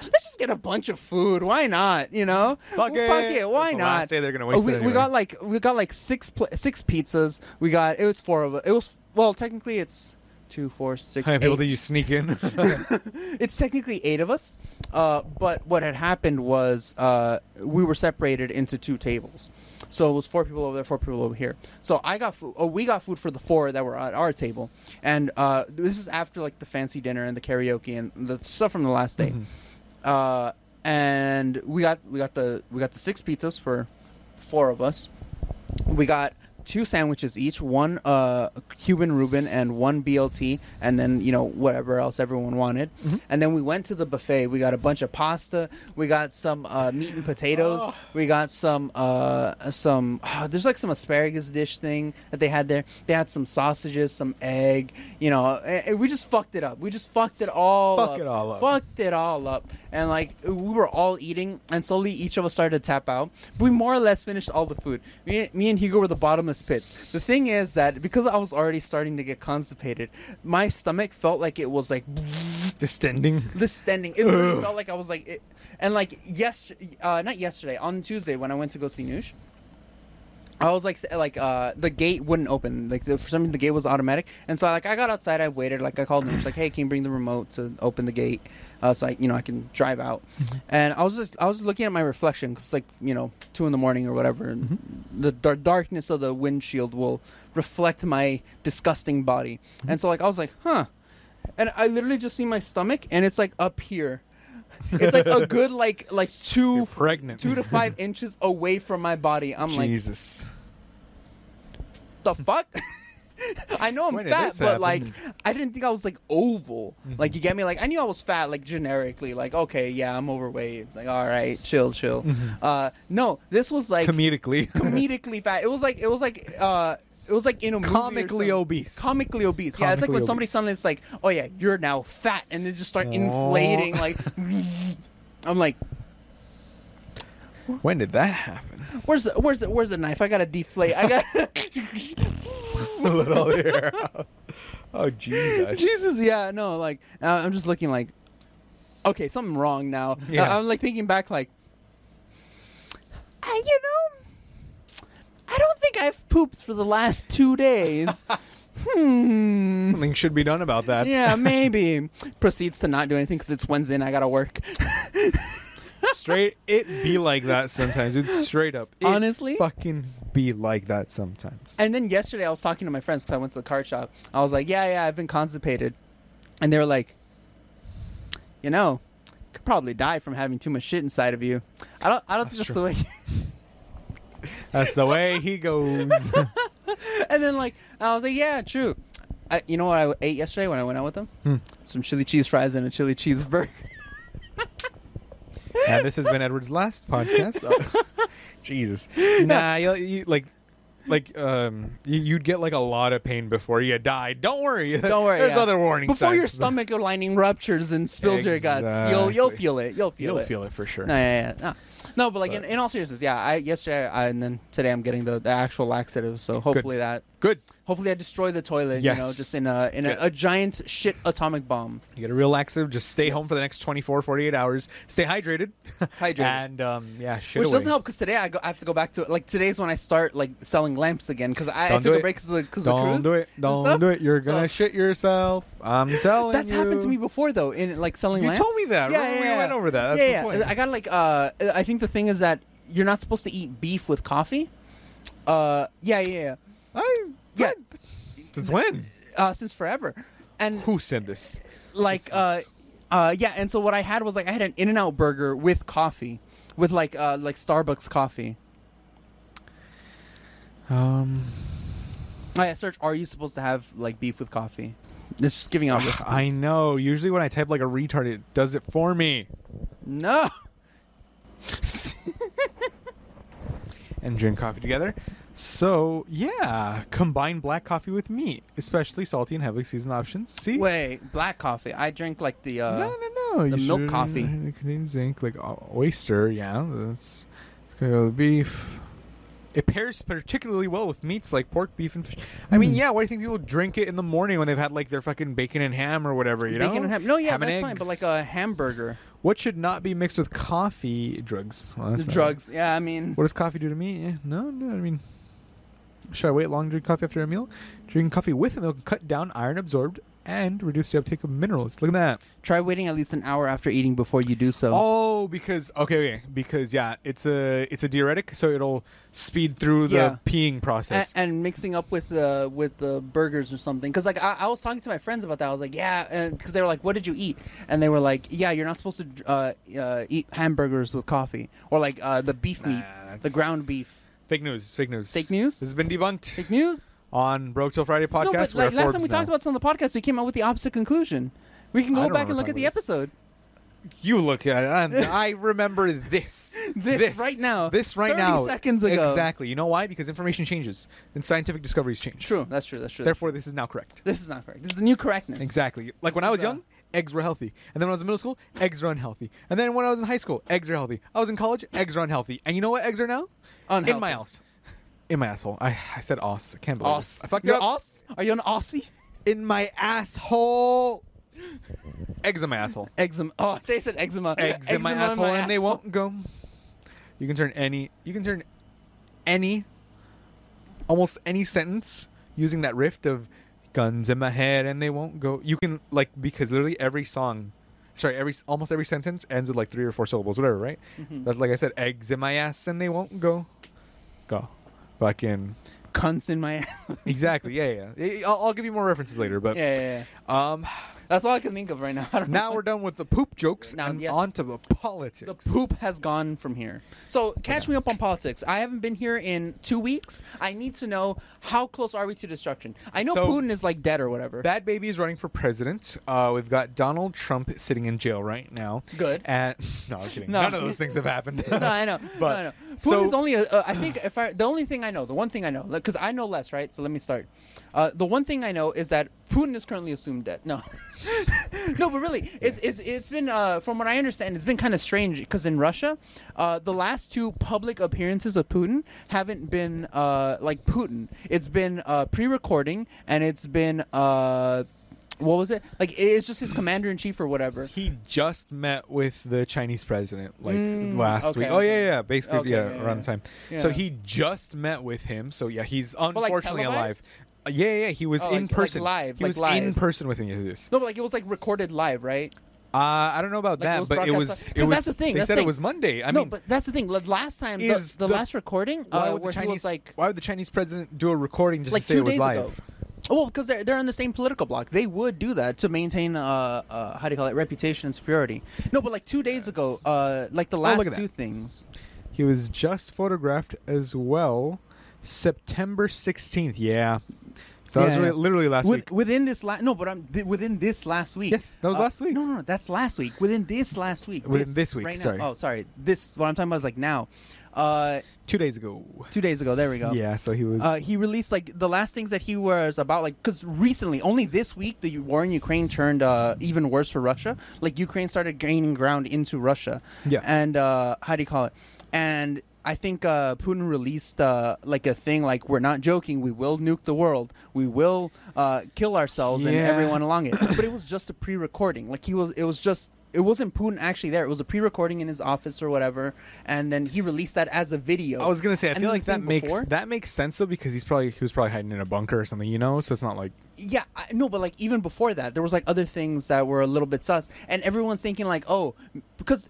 Speaker 2: Let's just get a bunch of food. Why not? You know,
Speaker 1: Fuck it.
Speaker 2: Why
Speaker 1: It's the
Speaker 2: not?
Speaker 1: last day they're gonna waste
Speaker 2: we,
Speaker 1: it
Speaker 2: we
Speaker 1: anyway.
Speaker 2: got like we got like six pl- six pizzas. We got it was four of it was well technically it's two four six.
Speaker 1: How many people
Speaker 2: eight
Speaker 1: did you sneak in?
Speaker 2: it's technically eight of us, uh, but what had happened was uh, we were separated into two tables, so it was four people over there, four people over here. So I got food. Oh, we got food for the four that were at our table, and uh, this is after like the fancy dinner and the karaoke and the stuff from the last day. Uh, and we got we got the we got the six pizzas for four of us. We got two sandwiches each, one uh, Cuban Reuben and one BLT, and then you know whatever else everyone wanted.
Speaker 1: Mm-hmm.
Speaker 2: And then we went to the buffet. We got a bunch of pasta. We got some uh, meat and potatoes.
Speaker 1: Oh.
Speaker 2: We got some uh, some. there's like some asparagus dish thing that they had there. They had some sausages, some egg. You know, eh, eh, we just fucked it up. We just fucked it all
Speaker 1: Fuck
Speaker 2: up.
Speaker 1: it all up.
Speaker 2: Fuck fucked it all up. And like we were all eating, and slowly each of us started to tap out. We more or less finished all the food. Me, me and Hugo were the bottomless pits. The thing is that because I was already starting to get constipated, my stomach felt like it was like
Speaker 1: Distending.
Speaker 2: distending. It literally felt like I was like, it, and like yes, uh, not yesterday on Tuesday when I went to go see Noosh. I was like, s- like uh, the gate wouldn't open. Like the, for some reason, the gate was automatic, and so like I got outside. I waited. Like I called them. It's like, hey, can you bring the remote to open the gate? Uh, so like you know I can drive out. And I was just I was looking at my reflection because like you know two in the morning or whatever. And The dar- darkness of the windshield will reflect my disgusting body. And so like I was like, huh. And I literally just see my stomach, and it's like up here. It's like a good like like two
Speaker 1: You're pregnant.
Speaker 2: two to five inches away from my body. I'm like,
Speaker 1: Jesus.
Speaker 2: the fuck? I know I'm
Speaker 1: When did
Speaker 2: fat,
Speaker 1: this
Speaker 2: but
Speaker 1: happen?
Speaker 2: like, I didn't think I was like oval.
Speaker 1: Mm-hmm.
Speaker 2: Like, you get me? Like, I knew I was fat, like generically. Like, okay, yeah, I'm overweight. It's like, all right, chill, chill.
Speaker 1: Mm-hmm.
Speaker 2: Uh, no, this was like
Speaker 1: Comedically.
Speaker 2: comedically fat. It was like it was like uh, it was like in a movie or
Speaker 1: Comically
Speaker 2: something.
Speaker 1: obese.
Speaker 2: Comically obese. yeah, it's like
Speaker 1: Comically
Speaker 2: when somebody
Speaker 1: obese.
Speaker 2: suddenly it's like, oh yeah, you're now fat, and they just start
Speaker 1: Aw.
Speaker 2: inflating. Like, I'm like,
Speaker 1: when did that happen?
Speaker 2: where's the, where's the, where's the knife? I gotta deflate. I got.
Speaker 1: A little here. oh Jesus.
Speaker 2: Jesus, yeah, no, like uh, I'm just looking like, okay, something wrong now.
Speaker 1: Yeah.
Speaker 2: I- I'm like thinking back, like, I, you know, I don't think I've pooped for the last two days. hmm.
Speaker 1: Something should be done about that.
Speaker 2: Yeah, maybe. Proceeds to not do anything because it's Wednesday and I gotta work.
Speaker 1: straight it be like that sometimes. It's straight up. It
Speaker 2: Honestly?
Speaker 1: fucking be like that sometimes.
Speaker 2: And then yesterday I was talking to my friends because I went to the card shop. I was like, yeah, yeah, I've been constipated. And they were like, you know, could probably die from having too much shit inside of you. I don't, I don't
Speaker 1: That's
Speaker 2: just
Speaker 1: true.
Speaker 2: the way.
Speaker 1: That's the way he goes.
Speaker 2: and then like I was like, yeah, true. I, you know what I ate yesterday when I went out with them?
Speaker 1: Hmm.
Speaker 2: Some chili cheese fries and a chili cheese burger.
Speaker 1: and this has been Edward's last podcast. Oh, Jesus. Nah, you, you- like like um you, you'd get like a lot of pain before you died. Don't worry.
Speaker 2: Don't worry.
Speaker 1: There's
Speaker 2: yeah.
Speaker 1: other warning
Speaker 2: Before your
Speaker 1: signs.
Speaker 2: stomach lining ruptures and spills your guts, you'll you'll
Speaker 1: Exactly.
Speaker 2: feel it. You'll feel
Speaker 1: You'll
Speaker 2: it.
Speaker 1: feel it for sure.
Speaker 2: No, yeah, yeah. No. No, but like in,
Speaker 1: But-
Speaker 2: in all seriousness, yeah. I yesterday I, and then today I'm getting the, the actual laxative, so hopefully that
Speaker 1: Good.
Speaker 2: hopefully I destroy the toilet,
Speaker 1: Yes.
Speaker 2: you know, just in a in a,
Speaker 1: Good.
Speaker 2: a giant shit atomic bomb.
Speaker 1: You get a real laxative. Just stay home for the next 24, 48 hours. Stay hydrated.
Speaker 2: Hydrated.
Speaker 1: And um, yeah, shit
Speaker 2: Which
Speaker 1: away.
Speaker 2: doesn't help because today I, go, I have to go back to like today's when I start like selling lamps again because I, I
Speaker 1: Don't
Speaker 2: took
Speaker 1: do
Speaker 2: a
Speaker 1: it.
Speaker 2: break because the because the
Speaker 1: Don't
Speaker 2: cruise.
Speaker 1: do it.
Speaker 2: and
Speaker 1: Don't
Speaker 2: stuff.
Speaker 1: do it. You're
Speaker 2: So-
Speaker 1: gonna shit yourself. I'm telling
Speaker 2: That's
Speaker 1: Oh, you.
Speaker 2: happened to me before though in like selling
Speaker 1: You
Speaker 2: lamps.
Speaker 1: told me that.
Speaker 2: Yeah,
Speaker 1: Remember
Speaker 2: yeah,
Speaker 1: we
Speaker 2: yeah.
Speaker 1: went over that. That's
Speaker 2: yeah,
Speaker 1: the
Speaker 2: yeah.
Speaker 1: point.
Speaker 2: I got like uh, I think the thing is that you're not supposed to eat beef with coffee. Uh, yeah, yeah, yeah.
Speaker 1: I,
Speaker 2: Yeah.
Speaker 1: Since when?
Speaker 2: uh, since forever. And
Speaker 1: Who said this?
Speaker 2: like, uh, uh, yeah. And so what I had was like I had an In and Out burger with coffee, with like uh, like Starbucks coffee.
Speaker 1: Um,
Speaker 2: I search. Oh, Are you supposed to have like beef with coffee? It's just giving out recipes.
Speaker 1: I know. Usually when I type like a retard, it does it for me.
Speaker 2: No.
Speaker 1: And drink coffee together. So yeah, combine black coffee with meat, especially salty and heavily seasoned options. See.
Speaker 2: Wait, black coffee. I drink like the. Uh,
Speaker 1: no, no, no.
Speaker 2: the
Speaker 1: you
Speaker 2: milk
Speaker 1: should-
Speaker 2: coffee.
Speaker 1: It contains zinc, like o- oyster. Yeah, that's gonna go with beef. It pairs particularly well with meats like pork, beef, and fish. I
Speaker 2: Hmm.
Speaker 1: mean, yeah. Why do you think people drink it in the morning when they've had like their fucking bacon and ham or whatever? You
Speaker 2: bacon
Speaker 1: know,
Speaker 2: and ham. No, yeah,
Speaker 1: Ham and
Speaker 2: that's fine. But like
Speaker 1: eggs.
Speaker 2: uh, a hamburger,
Speaker 1: what should not be mixed with coffee? Drugs. Well,
Speaker 2: the
Speaker 1: that's not-
Speaker 2: drugs. Yeah, I mean,
Speaker 1: What does coffee do to me? Eh, no, no. I mean, should I wait long to drink coffee after a meal? Drinking coffee with milk can cut down iron absorbed and reduce the uptake of minerals. Look at that.
Speaker 2: try waiting at least an hour after eating before you do so.
Speaker 1: Oh, because okay, okay, because yeah, it's a it's a diuretic, so it'll speed through the
Speaker 2: Yeah.
Speaker 1: peeing
Speaker 2: and,
Speaker 1: process.
Speaker 2: and mixing up with the with the burgers or something because like I, I was talking to my friends about that i was like yeah and because they were like what did you eat and they were like yeah you're not supposed to uh, uh, eat hamburgers with coffee or like uh, the beef meat
Speaker 1: Nah,
Speaker 2: the
Speaker 1: that's-
Speaker 2: ground beef
Speaker 1: Fake news. Fake news.
Speaker 2: Fake news?
Speaker 1: This has been debunked
Speaker 2: Fake news.
Speaker 1: on Broke Till Friday podcast.
Speaker 2: no, but
Speaker 1: We're
Speaker 2: like, last
Speaker 1: at
Speaker 2: time
Speaker 1: Forbes
Speaker 2: we talked
Speaker 1: now.
Speaker 2: about this on the podcast, we came out with the opposite conclusion. We can
Speaker 1: I
Speaker 2: go
Speaker 1: don't
Speaker 2: back
Speaker 1: remember
Speaker 2: and look at
Speaker 1: talking
Speaker 2: the
Speaker 1: about
Speaker 2: episode.
Speaker 1: You look at it, and I remember this.
Speaker 2: This right now.
Speaker 1: This right
Speaker 2: 30
Speaker 1: now.
Speaker 2: seconds ago.
Speaker 1: Exactly. You know why? Because information changes and scientific discoveries change.
Speaker 2: True. That's true. That's true.
Speaker 1: Therefore, this is now correct.
Speaker 2: this is not correct. This is the new correctness.
Speaker 1: Exactly. Like
Speaker 2: This
Speaker 1: when I
Speaker 2: is,
Speaker 1: was
Speaker 2: uh,
Speaker 1: young, eggs were healthy. And then when I was in middle school, eggs were unhealthy. And then when I was in high school, eggs were healthy. I was in college, eggs are unhealthy. And you know what eggs are now? In
Speaker 2: Unhealthy.
Speaker 1: my house. In my asshole. I, I said os. I can't believe it.
Speaker 2: Aus.
Speaker 1: I fucked it
Speaker 2: You're
Speaker 1: up.
Speaker 2: Aus? Are you an Aussie?
Speaker 1: In my asshole. eggs in my asshole.
Speaker 2: Eczema. Oh, they said eczema.
Speaker 1: eggs in my
Speaker 2: Eczema
Speaker 1: asshole and they
Speaker 2: asshole.
Speaker 1: won't go. You can turn any you can turn any almost any sentence using that riff of guns in my head and they won't go. You can like because literally every song sorry, every almost every sentence ends with like three or four syllables, whatever, right?
Speaker 2: Mm-hmm.
Speaker 1: That's like I said, eggs in my ass and they won't go. Go. Fucking
Speaker 2: Cunts in my ass.
Speaker 1: Exactly. Yeah, yeah. yeah. I'll, I'll give you more references later, but
Speaker 2: yeah, yeah, yeah.
Speaker 1: um
Speaker 2: That's all I can think of right now. I don't
Speaker 1: now
Speaker 2: know.
Speaker 1: we're done with the poop jokes
Speaker 2: Now,
Speaker 1: and
Speaker 2: yes.
Speaker 1: on to the politics.
Speaker 2: the poop has gone from here. So catch me up on politics. I haven't been here in two weeks. I need to know how close are we to destruction. I know
Speaker 1: So-
Speaker 2: Putin is like dead or whatever.
Speaker 1: Bad Baby is running for president. Uh, we've got Donald Trump sitting in jail right now.
Speaker 2: Good.
Speaker 1: And no, I'm kidding.
Speaker 2: No.
Speaker 1: None of those things have happened.
Speaker 2: no, I know.
Speaker 1: But
Speaker 2: no, I know. Putin
Speaker 1: so
Speaker 2: is only. A, uh, I think if I the only thing I know, the one thing I know, because I know less, right? So let me start. Uh, the one thing I know is that Putin is currently assumed dead. No, no, but really, it's it's it's been uh, from what I understand, it's been kind of strange because in Russia, uh, the last two public appearances of Putin haven't been uh, like Putin. It's been uh, pre-recording and it's been. Uh, what was it like? It's just his commander in chief or whatever.
Speaker 1: he just met with the Chinese president like
Speaker 2: Mm,
Speaker 1: last
Speaker 2: okay,
Speaker 1: week. Oh
Speaker 2: okay.
Speaker 1: yeah, yeah. Basically,
Speaker 2: Okay,
Speaker 1: yeah,
Speaker 2: yeah,
Speaker 1: around
Speaker 2: yeah.
Speaker 1: the time. So
Speaker 2: Yeah.
Speaker 1: he just met with him. So yeah, he's
Speaker 2: like,
Speaker 1: unfortunately
Speaker 2: televised?
Speaker 1: alive. Uh, yeah, yeah, yeah, he was
Speaker 2: Oh, like-
Speaker 1: in
Speaker 2: like
Speaker 1: person.
Speaker 2: live,
Speaker 1: he
Speaker 2: like
Speaker 1: was in
Speaker 2: live.
Speaker 1: person with him. Yeah, this.
Speaker 2: No, but like it was like recorded live, right?
Speaker 1: Uh, I don't know about
Speaker 2: Like
Speaker 1: that,
Speaker 2: those
Speaker 1: but it was.
Speaker 2: broadcast-
Speaker 1: it
Speaker 2: 'cause
Speaker 1: was-
Speaker 2: that's the thing,
Speaker 1: They
Speaker 2: that's
Speaker 1: said
Speaker 2: the
Speaker 1: it
Speaker 2: thing.
Speaker 1: was Monday. I
Speaker 2: no,
Speaker 1: mean,
Speaker 2: but that's the thing. The last time, the,
Speaker 1: is
Speaker 2: the,
Speaker 1: the-
Speaker 2: last recording,
Speaker 1: why
Speaker 2: uh,
Speaker 1: would the
Speaker 2: where he
Speaker 1: Chinese
Speaker 2: was like,
Speaker 1: why would the Chinese president do a recording just
Speaker 2: like
Speaker 1: to say
Speaker 2: two
Speaker 1: it was
Speaker 2: days
Speaker 1: live?
Speaker 2: ago. Oh, well, because they're they're on the same political block. They would do that to maintain uh, uh how do you call it reputation and superiority. No, but like two days ago, uh, like the last
Speaker 1: Oh, look
Speaker 2: two
Speaker 1: at that.
Speaker 2: things.
Speaker 1: He was just photographed as well, September sixteenth. Yeah, so that was
Speaker 2: Yeah,
Speaker 1: really,
Speaker 2: yeah.
Speaker 1: literally last
Speaker 2: With,
Speaker 1: week.
Speaker 2: within this last no, but I'm th- within this last week. Uh,
Speaker 1: Yes, that was last week.
Speaker 2: No, no, no, that's last week. Within this last week.
Speaker 1: Within this week,
Speaker 2: right now.
Speaker 1: sorry.
Speaker 2: Oh, sorry. This what I'm talking about is like now, uh,
Speaker 1: Two days ago.
Speaker 2: two days ago. There we go.
Speaker 1: Yeah, so he was.
Speaker 2: uh, he released like the last things that he was about like because recently only this week the war in ukraine turned uh, even worse for russia like ukraine started gaining ground into russia
Speaker 1: Yeah.
Speaker 2: and uh, how do you call it and i think uh, putin released uh, like a thing like we're not joking we will nuke the world we will uh, kill ourselves and
Speaker 1: Yeah.
Speaker 2: everyone along it but it was just a pre-recording like he was it was just it wasn't Putin actually there. It was a pre-recording in his office or whatever, and then he released that as a video.
Speaker 1: I was gonna say, I
Speaker 2: And
Speaker 1: feel
Speaker 2: then
Speaker 1: like
Speaker 2: the
Speaker 1: that
Speaker 2: thing
Speaker 1: makes
Speaker 2: before-
Speaker 1: that makes sense though because he's probably he was probably hiding in a bunker or something, you know. So it's not like
Speaker 2: Yeah, I, no, but like even before that, there was like other things that were a little bit sus, and everyone's thinking like, oh, because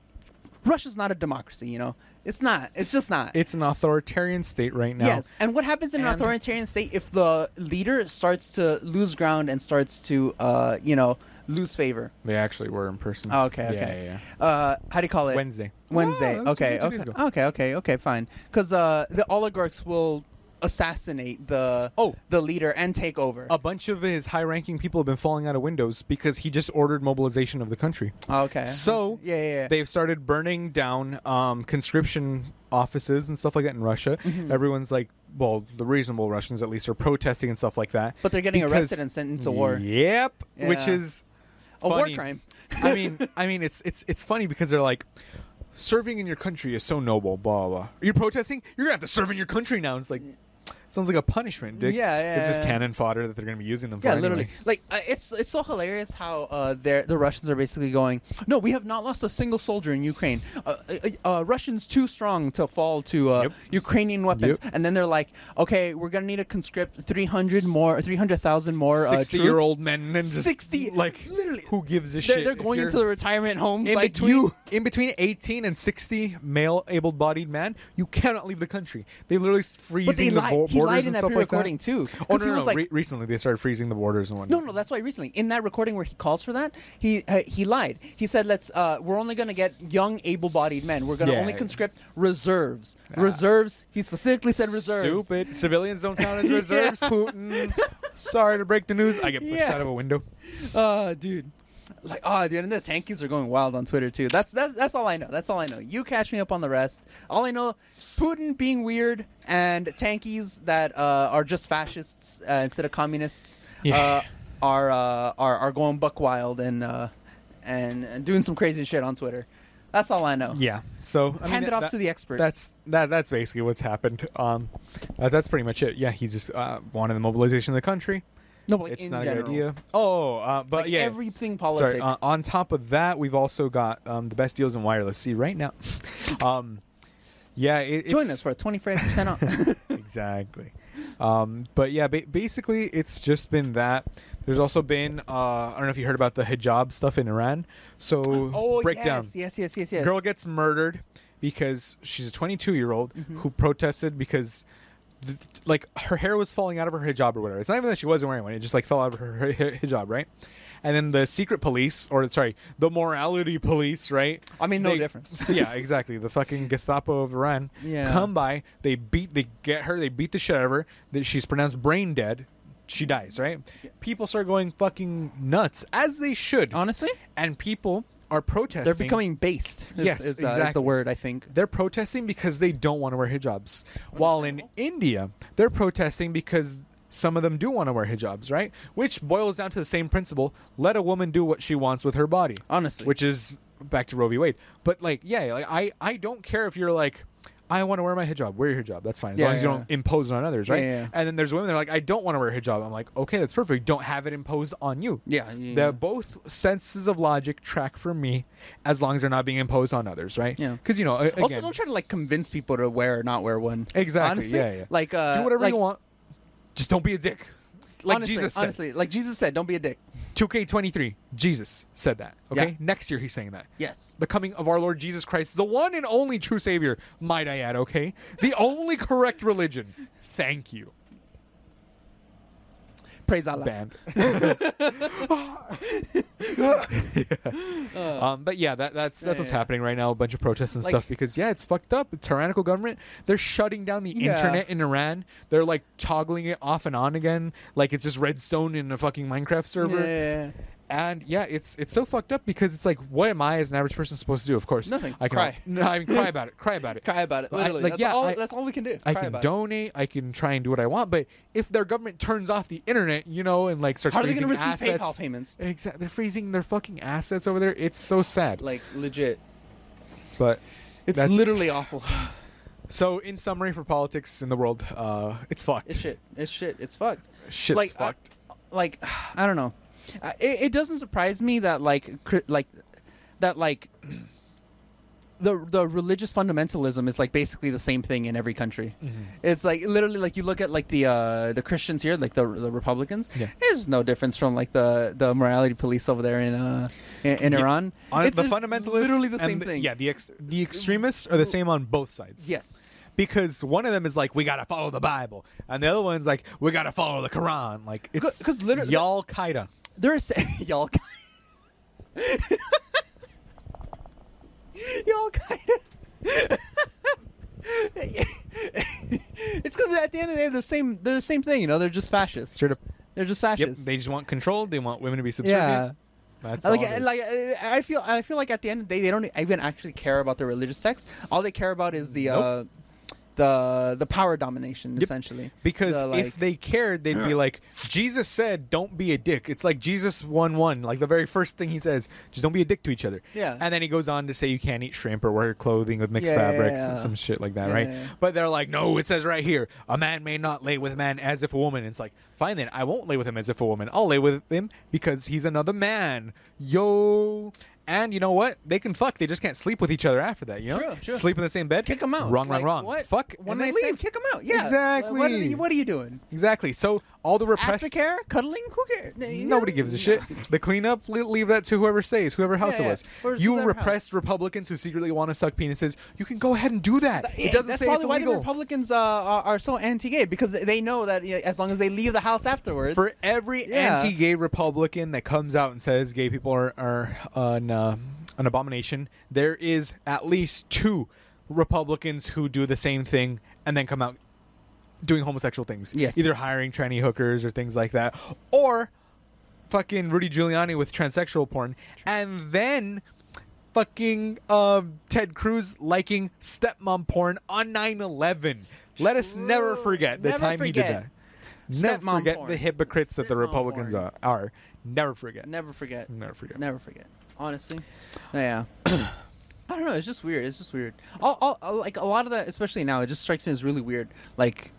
Speaker 2: Russia's not a democracy, you know, it's not, it's just not.
Speaker 1: it's an authoritarian state right now.
Speaker 2: Yes, and what happens in an
Speaker 1: And-
Speaker 2: authoritarian state if the leader starts to lose ground and starts to, uh, you know, lose favor?
Speaker 1: They actually were in person.
Speaker 2: Oh, okay,
Speaker 1: Yeah,
Speaker 2: okay.
Speaker 1: Yeah,
Speaker 2: Uh, how do you call it?
Speaker 1: Wednesday.
Speaker 2: Wednesday.
Speaker 1: Oh, that was
Speaker 2: okay,
Speaker 1: two days
Speaker 2: okay,
Speaker 1: ago.
Speaker 2: okay, okay, okay, fine. Because uh, the oligarchs will assassinate the
Speaker 1: Oh.
Speaker 2: the leader and take over.
Speaker 1: A bunch of his high-ranking people have been falling out of windows because he just ordered mobilization of the country.
Speaker 2: okay.
Speaker 1: So
Speaker 2: Uh-huh. yeah, yeah, yeah.
Speaker 1: they've started burning down um, conscription offices and stuff like that in Russia.
Speaker 2: Mm-hmm.
Speaker 1: Everyone's like, well, the reasonable Russians at least are protesting and stuff like that.
Speaker 2: But they're getting
Speaker 1: because-
Speaker 2: arrested and sent into war.
Speaker 1: Yep, which
Speaker 2: Yeah.
Speaker 1: is
Speaker 2: A war
Speaker 1: funny.
Speaker 2: crime.
Speaker 1: I mean, I mean, it's it's it's funny because they're like. Serving in your country is so noble, blah blah. blah. You're protesting. You're gonna have to serve in your country now. And it's like, sounds like a punishment, Dick.
Speaker 2: Yeah, yeah,
Speaker 1: It's just
Speaker 2: yeah.
Speaker 1: cannon fodder that they're gonna be using them
Speaker 2: Yeah,
Speaker 1: for. anyway.
Speaker 2: literally. Like uh, it's it's so hilarious how uh, they're- the Russians are basically going. No, we have not lost a single soldier in Ukraine. Uh, uh, uh, Russians too strong to fall to uh,
Speaker 1: Yep.
Speaker 2: Ukrainian weapons,
Speaker 1: Yep.
Speaker 2: and then they're like, okay, we're gonna need to conscript three hundred more, three hundred thousand more uh, troops.
Speaker 1: sixty-year-old men and just
Speaker 2: 60
Speaker 1: like
Speaker 2: literally.
Speaker 1: who gives a
Speaker 2: They're,
Speaker 1: shit?
Speaker 2: they're
Speaker 1: if
Speaker 2: going
Speaker 1: you're-
Speaker 2: into the retirement homes
Speaker 1: in
Speaker 2: like
Speaker 1: between,
Speaker 2: you.
Speaker 1: in between 18 and 60 male able-bodied man you cannot leave the country they literally freeze
Speaker 2: But they
Speaker 1: the
Speaker 2: lied.
Speaker 1: bo-
Speaker 2: He he
Speaker 1: borders
Speaker 2: lied in
Speaker 1: and
Speaker 2: that
Speaker 1: stuff like
Speaker 2: pre-recording
Speaker 1: that.
Speaker 2: too.
Speaker 1: Oh
Speaker 2: 'Cause
Speaker 1: no,
Speaker 2: he
Speaker 1: no,
Speaker 2: was
Speaker 1: no.
Speaker 2: like,
Speaker 1: Re- recently they started freezing the borders and
Speaker 2: no,
Speaker 1: whatnot.
Speaker 2: no, that's why recently in that recording where he calls for that, he uh, he lied. He said, "Let's uh, we're only going to get young, able-bodied men. We're going to
Speaker 1: Yeah.
Speaker 2: only conscript reserves. Reserves. He specifically said reserves.
Speaker 1: Stupid. Civilians don't count as reserves, Putin. Sorry to break the news. I get pushed
Speaker 2: Yeah.
Speaker 1: out of a window.
Speaker 2: Oh, dude. Like, oh, dude, and the tankies are going wild on Twitter too. That's that's that's all I know. That's all I know. You catch me up on the rest. All I know, Putin being weird and tankies that uh, are just fascists uh, instead of communists uh,
Speaker 1: Yeah.
Speaker 2: are, uh, are are going buck wild and uh, and, and doing some crazy shit on Twitter. That's all I know.
Speaker 1: Yeah. So I mean,
Speaker 2: Hand it off
Speaker 1: that-
Speaker 2: to the expert.
Speaker 1: That's that. That's basically what's happened. Um, that, that's pretty much it. Yeah, he just uh, wanted the mobilization of the country.
Speaker 2: no, but like,
Speaker 1: it's
Speaker 2: in
Speaker 1: not
Speaker 2: general.
Speaker 1: a good idea. Oh, uh, but
Speaker 2: Like
Speaker 1: yeah,
Speaker 2: everything politics.
Speaker 1: Sorry. Uh, on top of that, we've also got um, the best deals in wireless. See right now. um, yeah. It,
Speaker 2: Join
Speaker 1: it's-
Speaker 2: us for a twenty five percent off.
Speaker 1: exactly. Um, but yeah, ba- basically, it's just been that. There's also been uh, I don't know if you heard about the hijab stuff in Iran. So
Speaker 2: oh,
Speaker 1: breakdown.
Speaker 2: Yes, yes, yes, yes. yes.
Speaker 1: Girl gets murdered because she's a 22 year old
Speaker 2: Mm-hmm.
Speaker 1: who protested because. th- th- Like her hair was falling out of her hijab or whatever. It's not even that she wasn't wearing one; it just like fell out of her hi- hi- hijab, right? And then the secret police, or sorry, the morality police, right?
Speaker 2: I mean, no difference.
Speaker 1: yeah, exactly. The fucking Gestapo of Iran
Speaker 2: Yeah.
Speaker 1: come by. They beat, they get her. They beat the shit out of her. That she's pronounced brain dead. She dies, right? People start going fucking nuts as they should,
Speaker 2: Honestly,
Speaker 1: and people are protesting.
Speaker 2: They're becoming based. Is,
Speaker 1: Yes,
Speaker 2: is, uh, is the
Speaker 1: exactly.
Speaker 2: word I think.
Speaker 1: they're protesting because they don't want to wear hijabs. While in India, they're protesting because some of them do want to wear hijabs, right? Which boils down to the same principle: let a woman do what she wants with her body.
Speaker 2: Honestly.
Speaker 1: which is back to Roe v. Wade. But like, yeah, like I, I don't care if you're like. I want to wear my hijab. Wear your hijab. That's fine. As
Speaker 2: Yeah,
Speaker 1: long as you
Speaker 2: yeah.
Speaker 1: don't impose it on others, right?
Speaker 2: Yeah, yeah, yeah.
Speaker 1: And then there's women that are like, I don't want to wear a hijab. I'm like, okay, that's perfect. Don't have it imposed on you.
Speaker 2: Yeah, yeah,
Speaker 1: The
Speaker 2: yeah.
Speaker 1: both senses of logic track for me as long as they're not being imposed on others, right?
Speaker 2: Yeah.
Speaker 1: Because, you know, a- again,
Speaker 2: also, don't try to like convince people to wear or not wear one.
Speaker 1: Exactly,
Speaker 2: Honestly,
Speaker 1: yeah, yeah.
Speaker 2: Like uh,
Speaker 1: do whatever
Speaker 2: like,
Speaker 1: you want. Just don't be a dick. Like
Speaker 2: honestly,
Speaker 1: Jesus said.
Speaker 2: honestly, like Jesus said, don't be a dick.
Speaker 1: 2K23. Jesus said that. Okay.
Speaker 2: Yeah.
Speaker 1: Next year he's saying that.
Speaker 2: Yes.
Speaker 1: The coming of our Lord Jesus Christ, the one and only true Savior, might I add. Okay. The only correct religion. Thank you.
Speaker 2: Praise Allah.
Speaker 1: Banned. Um, but yeah, that, that's that's
Speaker 2: Yeah,
Speaker 1: what's
Speaker 2: Uh. yeah.
Speaker 1: happening right now. A bunch of protests and
Speaker 2: Like-
Speaker 1: stuff because yeah, it's fucked up. The tyrannical government. They're shutting down the
Speaker 2: Yeah.
Speaker 1: internet in Iran. They're like toggling it off and on again, like it's just redstone in a fucking Minecraft server.
Speaker 2: Yeah.
Speaker 1: And yeah, it's it's so fucked up because it's like, what am I as an average person supposed to do? Of course,
Speaker 2: Nothing.
Speaker 1: I can
Speaker 2: Cry.
Speaker 1: No, I mean, cry about it. Cry about it.
Speaker 2: Cry about it.
Speaker 1: I-
Speaker 2: Literally.
Speaker 1: like,
Speaker 2: that's,
Speaker 1: yeah,
Speaker 2: all,
Speaker 1: I-
Speaker 2: that's all we can do.
Speaker 1: I
Speaker 2: Cry
Speaker 1: can
Speaker 2: about it.
Speaker 1: donate. I can try and do what I want. But if their government turns off the internet, you know, and like starts
Speaker 2: How are they
Speaker 1: freezing
Speaker 2: going to receive
Speaker 1: assets,
Speaker 2: PayPal payments?
Speaker 1: Exactly. They're freezing their fucking assets over there. It's so sad.
Speaker 2: Like legit.
Speaker 1: but
Speaker 2: It's
Speaker 1: that's-
Speaker 2: literally awful.
Speaker 1: So in summary, for politics in the world, uh, it's fucked.
Speaker 2: It's shit. It's shit. It's fucked.
Speaker 1: Shit's
Speaker 2: like, uh, I-
Speaker 1: fucked.
Speaker 2: like, I don't know. Uh, It, it doesn't surprise me that like cri- like that like the the religious fundamentalism is like basically the same thing in every country.
Speaker 1: Mm-hmm.
Speaker 2: It's like literally like you look at like the uh, the Christians here, like the the Republicans.
Speaker 1: Yeah.
Speaker 2: There's no difference from like the the morality police over there in uh in, in
Speaker 1: Yeah.
Speaker 2: Iran.
Speaker 1: On-
Speaker 2: It's
Speaker 1: the
Speaker 2: li-
Speaker 1: fundamentalists,
Speaker 2: literally the
Speaker 1: and
Speaker 2: same thing.
Speaker 1: Yeah, the ex- the extremists are the same on both sides.
Speaker 2: Yes.
Speaker 1: because one of them is like we gotta follow the Bible, and the other one's like we gotta follow the Quran. Like it's
Speaker 2: 'cause literally-
Speaker 1: y'all Qaeda.
Speaker 2: There's y'all. y'all kind of. it's because at the end of the day, they're the same. They're the same thing, you know. They're just fascists.
Speaker 1: Straight up.
Speaker 2: They're just
Speaker 1: Yep,
Speaker 2: fascists.
Speaker 1: they just want control. They want women to be subservient.
Speaker 2: yeah.
Speaker 1: That's
Speaker 2: Like,
Speaker 1: all it is.
Speaker 2: like I I feel, I feel like at the end of the day, they don't e, even actually care about their religious sects. All they care about is the,
Speaker 1: Nope.
Speaker 2: uh, the, the power domination,
Speaker 1: Yep.
Speaker 2: essentially.
Speaker 1: because
Speaker 2: The,
Speaker 1: if
Speaker 2: like-
Speaker 1: they cared, they'd be like, Jesus said, "Don't be a dick." It's like Jesus one one, like the very first thing he says, just don't be a dick to each other.
Speaker 2: Yeah.
Speaker 1: And then he goes on to say you can't eat shrimp or wear clothing with mixed
Speaker 2: Yeah, yeah,
Speaker 1: fabrics
Speaker 2: yeah.
Speaker 1: and some shit like that,
Speaker 2: Yeah,
Speaker 1: right?
Speaker 2: yeah, yeah.
Speaker 1: But they're like, no, it says right here, a man may not lay with man as if a woman. It's like, fine then, I won't lay with him as if a woman. I'll lay with him because he's another man. Yo. And you know what? They can fuck. They just can't sleep with each other after that. You know,
Speaker 2: True, true.
Speaker 1: sleep in the same bed.
Speaker 2: kick them out.
Speaker 1: Wrong,
Speaker 2: like,
Speaker 1: wrong, wrong.
Speaker 2: What?
Speaker 1: Fuck.
Speaker 2: When
Speaker 1: and
Speaker 2: they
Speaker 1: they
Speaker 2: leave, kick them out. Yeah.
Speaker 1: Exactly.
Speaker 2: What are you, what are you doing?
Speaker 1: Exactly. So All the repressed
Speaker 2: Aftercare, cuddling, who cares? N-
Speaker 1: Nobody gives a
Speaker 2: no.
Speaker 1: shit. The cleanup, le- leave that to whoever stays, whoever house
Speaker 2: Yeah, yeah.
Speaker 1: it was.
Speaker 2: Whoever's-
Speaker 1: You
Speaker 2: whoever house.
Speaker 1: repressed Republicans who secretly want to suck penises. You can go ahead and do that.
Speaker 2: Yeah,
Speaker 1: it doesn't
Speaker 2: that's
Speaker 1: say it's
Speaker 2: probably why
Speaker 1: illegal.
Speaker 2: the Republicans uh, are, are so anti-gay because they know that you know, as long as they leave the house afterwards,
Speaker 1: For every
Speaker 2: Yeah.
Speaker 1: anti-gay Republican that comes out and says gay people are, are an uh, an abomination, there is at least two Republicans who do the same thing and then come out doing homosexual things.
Speaker 2: Yes.
Speaker 1: either hiring tranny hookers or things like that, or fucking Rudy Giuliani with transsexual porn, and then fucking um, Ted Cruz liking stepmom porn on 9/11. Let us never
Speaker 2: True.
Speaker 1: forget the
Speaker 2: Never
Speaker 1: time he did
Speaker 2: forget.
Speaker 1: that. Never
Speaker 2: Stepmom
Speaker 1: forget
Speaker 2: porn.
Speaker 1: the hypocrites that the
Speaker 2: Stepmom
Speaker 1: Republicans
Speaker 2: porn.
Speaker 1: are, are. Never forget.
Speaker 2: never forget.
Speaker 1: Never forget.
Speaker 2: Never forget. Honestly, yeah. I don't know. It's just weird. It's just weird. All, all, all- like a lot of that, especially now, it just strikes me as really weird. Like,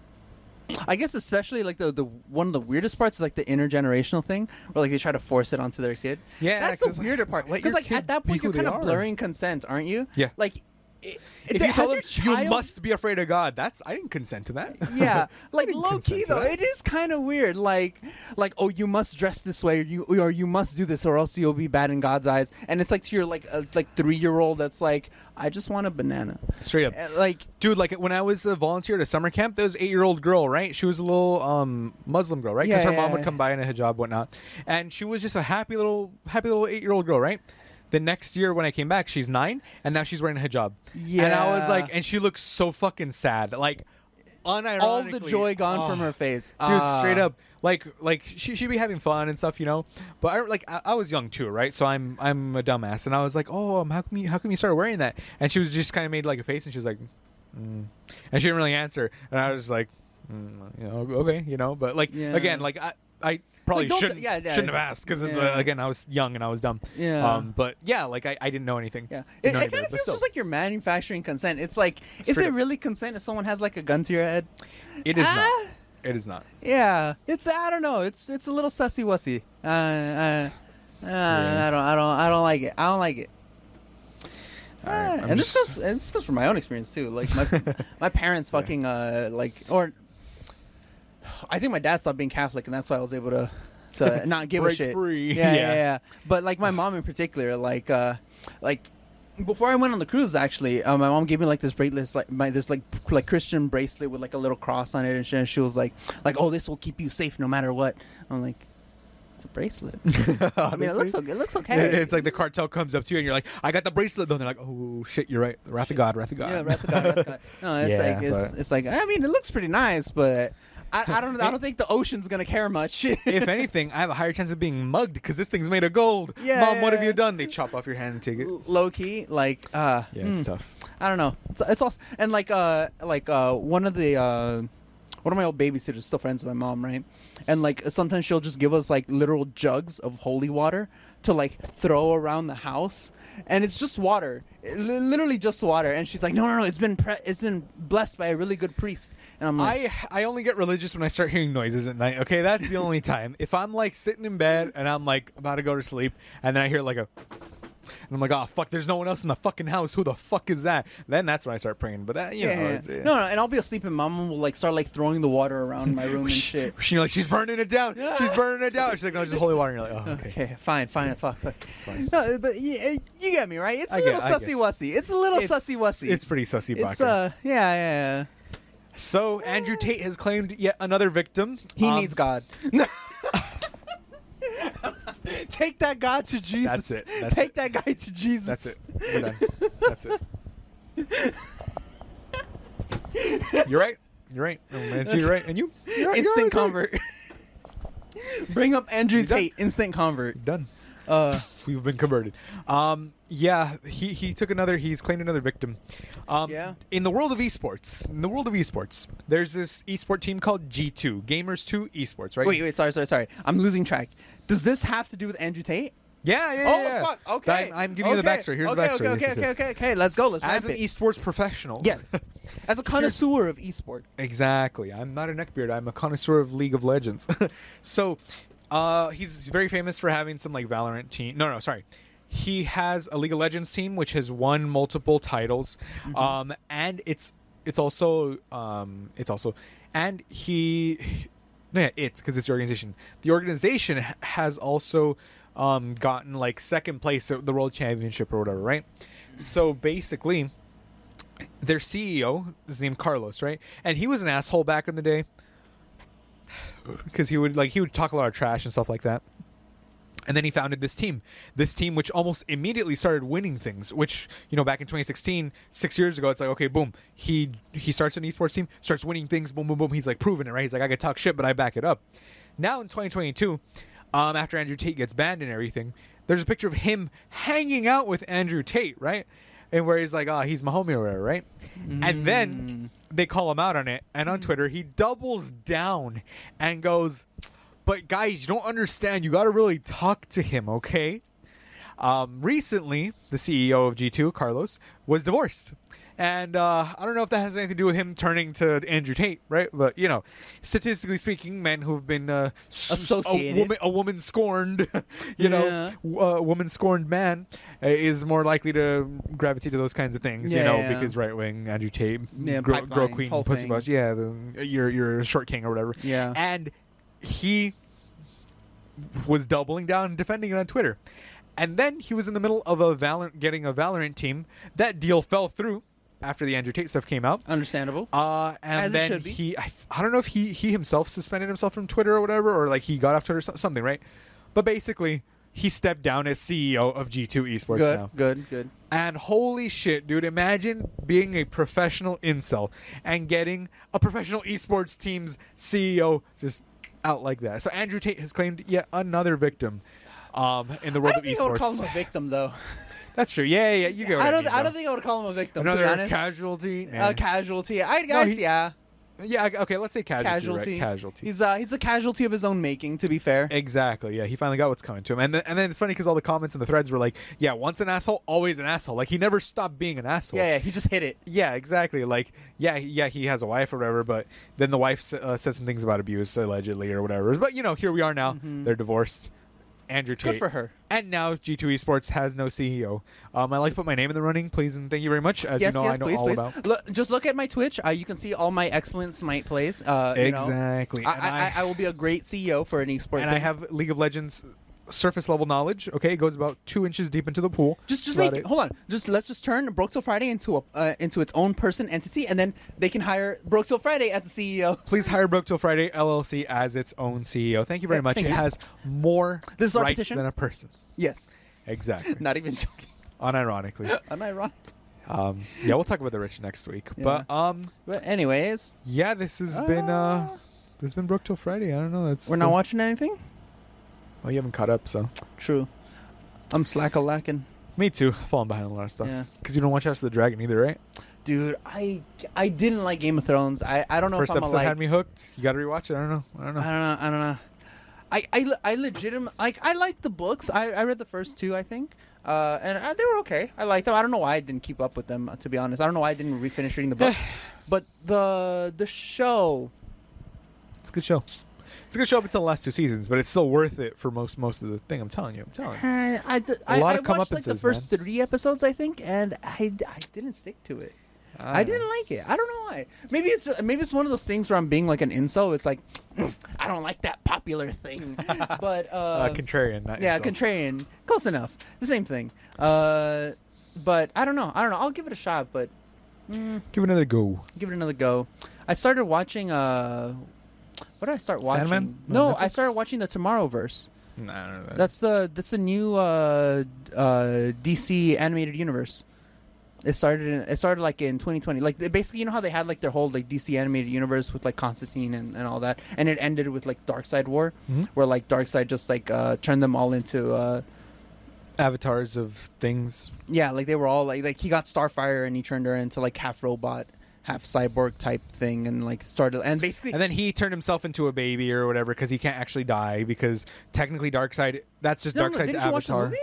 Speaker 2: I guess especially like the the one of the weirdest parts is like the intergenerational thing, where like they try to force it onto their kid.
Speaker 1: Yeah,
Speaker 2: that's
Speaker 1: 'cause,
Speaker 2: the
Speaker 1: like,
Speaker 2: weirder part.
Speaker 1: let
Speaker 2: Because
Speaker 1: your
Speaker 2: like
Speaker 1: kid
Speaker 2: at that
Speaker 1: be
Speaker 2: point,
Speaker 1: who
Speaker 2: you're
Speaker 1: they
Speaker 2: kind of
Speaker 1: are.
Speaker 2: blurring consent, aren't you?
Speaker 1: Yeah.
Speaker 2: Like, i-
Speaker 1: If
Speaker 2: has
Speaker 1: you tell
Speaker 2: your
Speaker 1: them you
Speaker 2: child-
Speaker 1: must be afraid of God, that's I didn't consent to that.
Speaker 2: yeah,
Speaker 1: I
Speaker 2: like
Speaker 1: didn't
Speaker 2: low key
Speaker 1: consent to
Speaker 2: though,
Speaker 1: that.
Speaker 2: it is kind of weird. Like, like oh, you must dress this way, or you or you must do this, or else you'll be bad in God's eyes. And it's like to your like uh, like three year old that's like, I just want a banana.
Speaker 1: Straight up.
Speaker 2: Uh, Like,
Speaker 1: Dude, like when I was a volunteer at a summer camp, there was an eight year old girl, right? She was a little um, Muslim girl, right? Because
Speaker 2: Yeah,
Speaker 1: her
Speaker 2: yeah,
Speaker 1: mom would
Speaker 2: yeah.
Speaker 1: come by in a hijab, whatnot. And she was just a happy little, happy little eight year old girl, right? The next year when I came back, she's nine, and now she's wearing a hijab. And I was
Speaker 2: Yeah.
Speaker 1: like, and she looks so fucking sad. Like, unironically.
Speaker 2: all the joy gone from
Speaker 1: Oh.
Speaker 2: her face, Ah.
Speaker 1: dude straight up like like she she'd be having fun and stuff you know but i like I, I was young too right so i'm i'm a dumbass and i was like oh um, how come you how come you started wearing that and she was just kind of made like a face and she was like mm. and she didn't really answer and i was just like mm, you know okay you know but like
Speaker 2: Yeah.
Speaker 1: again like i i probably
Speaker 2: Like, don't-
Speaker 1: shouldn't
Speaker 2: yeah, yeah.
Speaker 1: shouldn't have asked because
Speaker 2: Yeah.
Speaker 1: again i was young and i was dumb
Speaker 2: Yeah.
Speaker 1: um but yeah like i, I didn't know anything
Speaker 2: Yeah, it,
Speaker 1: Didn't know
Speaker 2: it
Speaker 1: anything,
Speaker 2: kind of
Speaker 1: but
Speaker 2: feels
Speaker 1: still.
Speaker 2: just like you're manufacturing consent. It's like, is
Speaker 1: Straight
Speaker 2: it
Speaker 1: up.
Speaker 2: really consent if someone has like a gun to your head?
Speaker 1: it is
Speaker 2: Ah!
Speaker 1: not it is not
Speaker 2: Yeah, it's I don't know. It's it's a little sussy wussy. Uh, uh, uh, I don't I don't I don't like it. I don't like it.
Speaker 1: All right,
Speaker 2: Ah,
Speaker 1: I'm
Speaker 2: and this
Speaker 1: just-
Speaker 2: goes and this goes from my own experience too. Like my my parents fucking uh like or I think my dad stopped being Catholic and that's why I was able to to not give
Speaker 1: Break
Speaker 2: a shit.
Speaker 1: free.
Speaker 2: Yeah, yeah,
Speaker 1: Yeah.
Speaker 2: yeah, But like my mom in particular, like uh like before I went on the cruise, actually, uh, my mom gave me like this bracelet, like my this like p- like Christian bracelet with like a little cross on it, and she, and she was like, like, oh, this will keep you safe no matter what. I'm like, it's a bracelet. I mean, it looks
Speaker 1: Honestly.
Speaker 2: okay. It looks
Speaker 1: Yeah,
Speaker 2: okay.
Speaker 1: It's like the cartel comes up to you and you're like, I got the bracelet. Though and they're like, oh shit, you're right. Wrath of God, wrath of God.
Speaker 2: Yeah, Wrath of God, Wrath of God. No, it's
Speaker 1: Yeah,
Speaker 2: like it's,
Speaker 1: but-
Speaker 2: it's like I mean, it looks pretty nice, but I, I don't I don't think the ocean's gonna care much.
Speaker 1: if anything, I have a higher chance of being mugged because this thing's made of gold.
Speaker 2: Yeah,
Speaker 1: Mom, what
Speaker 2: yeah,
Speaker 1: have you
Speaker 2: yeah.
Speaker 1: done? They chop off your hand and take it.
Speaker 2: Low key, like uh,
Speaker 1: Yeah, it's
Speaker 2: hmm,
Speaker 1: tough.
Speaker 2: I don't know. It's, it's also and like uh like uh one of the uh one of my old babysitters is still friends with my mom, right? And like sometimes she'll just give us like literal jugs of holy water to like throw around the house, and it's just water, It- li- literally just water. And she's like, no, no, no, it's been pre- it's been blessed by a really good priest. And I'm like,
Speaker 1: I I only get religious when I start hearing noises at night. Okay, that's the only time. If I'm like sitting in bed and I'm like about to go to sleep, and then I hear like a, and I'm like, oh fuck, there's no one else in the fucking house. Who the fuck is that? Then that's when I start praying. But that, you know,
Speaker 2: yeah,
Speaker 1: it's-
Speaker 2: yeah. no, no, and I'll be asleep, and mom will like start like throwing the water around my room and shit.
Speaker 1: She, like she's burning it down. She's burning it down. She's like, no, it's just holy water. And you're like, oh, okay.
Speaker 2: Okay, fine, fine, fuck, fuck.
Speaker 1: It's fine.
Speaker 2: No, but you, you get me right. It's a
Speaker 1: I get-
Speaker 2: little
Speaker 1: I get.
Speaker 2: sussy wussy. It's a little
Speaker 1: It's-
Speaker 2: sussy wussy.
Speaker 1: It's pretty sussy.
Speaker 2: It's
Speaker 1: Bakker.
Speaker 2: uh, yeah, yeah. yeah.
Speaker 1: So Andrew Tate has claimed yet another victim.
Speaker 2: He
Speaker 1: Um,
Speaker 2: needs God. Take that God to Jesus.
Speaker 1: That's it. That's
Speaker 2: Take
Speaker 1: it.
Speaker 2: that guy to Jesus.
Speaker 1: That's it. We're done. That's it. You're right. You're right. No, man, so you're right. And you? You're right. You're
Speaker 2: Instant
Speaker 1: right.
Speaker 2: convert. Bring up Andrew
Speaker 1: You done?
Speaker 2: Tate. Instant convert.
Speaker 1: Done.
Speaker 2: Uh,
Speaker 1: We've been converted. Um, yeah, he, he took another. He's claimed another victim. Um,
Speaker 2: Yeah.
Speaker 1: In the world of esports, in the world of esports, there's this esport team called G2 Gamers 2 Esports, right?
Speaker 2: wait, wait. Sorry, sorry, sorry. I'm losing track. Does this have to do with Andrew Tate?
Speaker 1: Yeah, yeah,
Speaker 2: Oh
Speaker 1: yeah, yeah.
Speaker 2: fuck. Okay.
Speaker 1: I'm, I'm giving you the
Speaker 2: Okay.
Speaker 1: backstory. Here's
Speaker 2: okay,
Speaker 1: the backstory.
Speaker 2: Okay, okay,
Speaker 1: Yes, yes,
Speaker 2: okay,
Speaker 1: yes.
Speaker 2: okay, okay. Let's go. Let's
Speaker 1: As an
Speaker 2: wrap it.
Speaker 1: esports professional.
Speaker 2: Yes. As a connoisseur of esport.
Speaker 1: Exactly. I'm not a neckbeard. I'm a connoisseur of League of Legends. so, uh, he's very famous for having some like Valorant team. No, no, sorry. He has a League of Legends team which has won multiple titles, um, and it's it's also um, it's also, and he No, yeah, it's because it's the organization. The organization h- has also um, gotten like second place at the world championship or whatever, right? So basically, their CEO is named Carlos, right? And he was an asshole back in the day because he would like he would talk a lot of trash and stuff like that. And then he founded this team, this team which almost immediately started winning things. Which you know, back in 2016, six years ago, it's like okay, boom, he he starts an esports team, starts winning things, boom, boom, boom. He's like proving it, right? He's like I could talk shit, but I back it up. Now in 2022, um, after Andrew Tate gets banned and everything, there's a picture of him hanging out with Andrew Tate, right? And where he's like, ah, he's my homie or whatever, right? And then they call him out on it, and on Twitter, he doubles down and goes, but guys, you don't understand. You got to really talk to him, okay? Um, recently, the CEO of G2, Carlos, was divorced. And uh, I don't know if that has anything to do with him turning to Andrew Tate, right? But, you know, statistically speaking, men who've been uh, s-
Speaker 2: Associated.
Speaker 1: A woman, a woman scorned, you know,
Speaker 2: Yeah.
Speaker 1: w- a woman scorned man uh, is more likely to gravitate to those kinds of things, you
Speaker 2: Yeah,
Speaker 1: know,
Speaker 2: yeah.
Speaker 1: because right wing, Andrew Tate,
Speaker 2: Yeah,
Speaker 1: girl, girl
Speaker 2: pipeline,
Speaker 1: queen,
Speaker 2: whole
Speaker 1: pussy
Speaker 2: thing.
Speaker 1: bus, yeah, the, you're, you're a short king or whatever.
Speaker 2: Yeah.
Speaker 1: And he was doubling down and defending it on Twitter. And then he was in the middle of a Valorant getting a Valorant team. That deal fell through after the Andrew Tate stuff came out.
Speaker 2: Understandable.
Speaker 1: Uh, and
Speaker 2: As it
Speaker 1: then
Speaker 2: should be.
Speaker 1: he, I, f- I don't know if he he himself suspended himself from Twitter or whatever, or like he got off Twitter or so- something, right? But basically, he stepped down as CEO of G2 Esports
Speaker 2: good,
Speaker 1: now.
Speaker 2: good, good.
Speaker 1: And holy shit, dude, imagine being a professional incel and getting a professional esports team's CEO just out like that. So Andrew Tate has claimed yet another victim um, in the
Speaker 2: I
Speaker 1: world
Speaker 2: don't
Speaker 1: of
Speaker 2: think I would call him
Speaker 1: esports.
Speaker 2: a victim, though.
Speaker 1: That's true. Yeah, yeah, yeah, you get what
Speaker 2: I don't.
Speaker 1: mean,
Speaker 2: I don't
Speaker 1: though.
Speaker 2: think I would call him a victim. to be
Speaker 1: another
Speaker 2: honest. Uh,
Speaker 1: casualty.
Speaker 2: a
Speaker 1: Nah.
Speaker 2: casualty. I guess,
Speaker 1: he-
Speaker 2: yeah.
Speaker 1: yeah, I- okay, let's say casualty. right?
Speaker 2: Casualty.
Speaker 1: Casualty.
Speaker 2: He's uh, he's a casualty of his own making. To be fair.
Speaker 1: Exactly. Yeah, he finally got what's coming to him, and then, and then it's funny because all the comments and the threads were like, "Yeah, once an asshole, always an asshole." Like he never stopped being an asshole.
Speaker 2: yeah, yeah. He just hit it.
Speaker 1: Yeah, exactly. Like, yeah, he- yeah, he has a wife or whatever, but then the wife s- uh, said some things about abuse allegedly or whatever. But you know, here we are now. They're divorced. Andrew Tate.
Speaker 2: Mm-hmm. Good for her.
Speaker 1: And now G2 Esports has no CEO. Um, I like to put my name in the running, please, and thank you very much. As
Speaker 2: yes,
Speaker 1: you know,
Speaker 2: yes,
Speaker 1: I know
Speaker 2: please,
Speaker 1: all
Speaker 2: please.
Speaker 1: about.
Speaker 2: Look, just look at my Twitch. Uh, you can see all my excellent smite plays. Uh, you know.
Speaker 1: Exactly.
Speaker 2: I,
Speaker 1: And
Speaker 2: I, I, I will be a great CEO for an esports.
Speaker 1: and I have League of Legends surface level knowledge. Okay, it goes about two inches deep into the pool.
Speaker 2: just just
Speaker 1: About
Speaker 2: make
Speaker 1: it.
Speaker 2: hold on. Just let's just turn Broke Till Friday into a uh, into its own person entity, and then they can hire Broke Till Friday as the E CEO.
Speaker 1: Please hire Broke Till Friday LLC as its own CEO. Thank you very
Speaker 2: Th-
Speaker 1: much.
Speaker 2: thank
Speaker 1: it
Speaker 2: you.
Speaker 1: has more
Speaker 2: This is our
Speaker 1: rights
Speaker 2: petition?
Speaker 1: than a person.
Speaker 2: Yes,
Speaker 1: Exactly.
Speaker 2: not even joking.
Speaker 1: Unironically.
Speaker 2: Unironic.
Speaker 1: Um, yeah, we'll talk about the rich next week. But um,
Speaker 2: But anyways,
Speaker 1: yeah, this has been uh,
Speaker 2: Ah.
Speaker 1: this has been Broke Till Friday. I don't know. That's
Speaker 2: we're not watching anything.
Speaker 1: Well, you haven't caught up, so
Speaker 2: True. I'm slack a lacking.
Speaker 1: me too. Falling behind on a lot of stuff.
Speaker 2: Yeah.
Speaker 1: Because you don't watch House of the Dragon either, right?
Speaker 2: Dude, I I didn't like Game of Thrones. I, I don't know
Speaker 1: First
Speaker 2: if I'm Uh-huh. a,
Speaker 1: episode
Speaker 2: like
Speaker 1: had me hooked. You got to rewatch it. I don't know. I don't
Speaker 2: I
Speaker 1: know.
Speaker 2: don't know. I don't know. I I, le- I legitim like I liked the books. I, I read the first two, I think, uh, and uh they were okay. I liked them. I don't know why I didn't keep up with them. uh, To be honest, I don't know why I didn't refinish reading the book. but the the show,
Speaker 1: It's a good show. It's a good show up until the last two seasons, but it's still worth it for most most of the thing. I'm telling you. I'm telling you.
Speaker 2: I Uh, I, d-
Speaker 1: A
Speaker 2: I-
Speaker 1: lot
Speaker 2: I
Speaker 1: of
Speaker 2: watched like the
Speaker 1: comeuppances,
Speaker 2: first three episodes, I think, and I, I didn't stick to it. I
Speaker 1: don't know.
Speaker 2: didn't like it. I don't know why. Maybe it's uh, maybe it's one of those things where I'm being like an incel. It's like I don't like that popular thing, but uh,
Speaker 1: Uh, contrarian. Not
Speaker 2: yeah,
Speaker 1: incel.
Speaker 2: contrarian, close enough. The same thing. Uh, but I don't know. I don't know. I'll give it a shot, but
Speaker 1: Give it another go.
Speaker 2: give it another go. I started watching. Uh, what did I start watching?
Speaker 1: Sandman? On
Speaker 2: No, I
Speaker 1: Netflix?
Speaker 2: started watching the Tomorrowverse.
Speaker 1: Nah,
Speaker 2: That's the that's the new uh, uh, DC animated universe. It started in, it started like in 2020. Like it basically, you know how they had like their whole like DC animated universe with like Constantine and, and all that, and it ended with like Dark Side War,
Speaker 1: Mhm.
Speaker 2: where like Dark Side just like uh, turned them all into uh,
Speaker 1: avatars of things.
Speaker 2: yeah, like they were all like like he got Starfire and he turned her into like half robot, half cyborg type thing, and like started and basically
Speaker 1: And then he turned himself into a baby or whatever because he can't actually die because technically Darkseid, that's just
Speaker 2: no, no,
Speaker 1: Darkseid's
Speaker 2: didn't you watch the
Speaker 1: avatar.
Speaker 2: movie?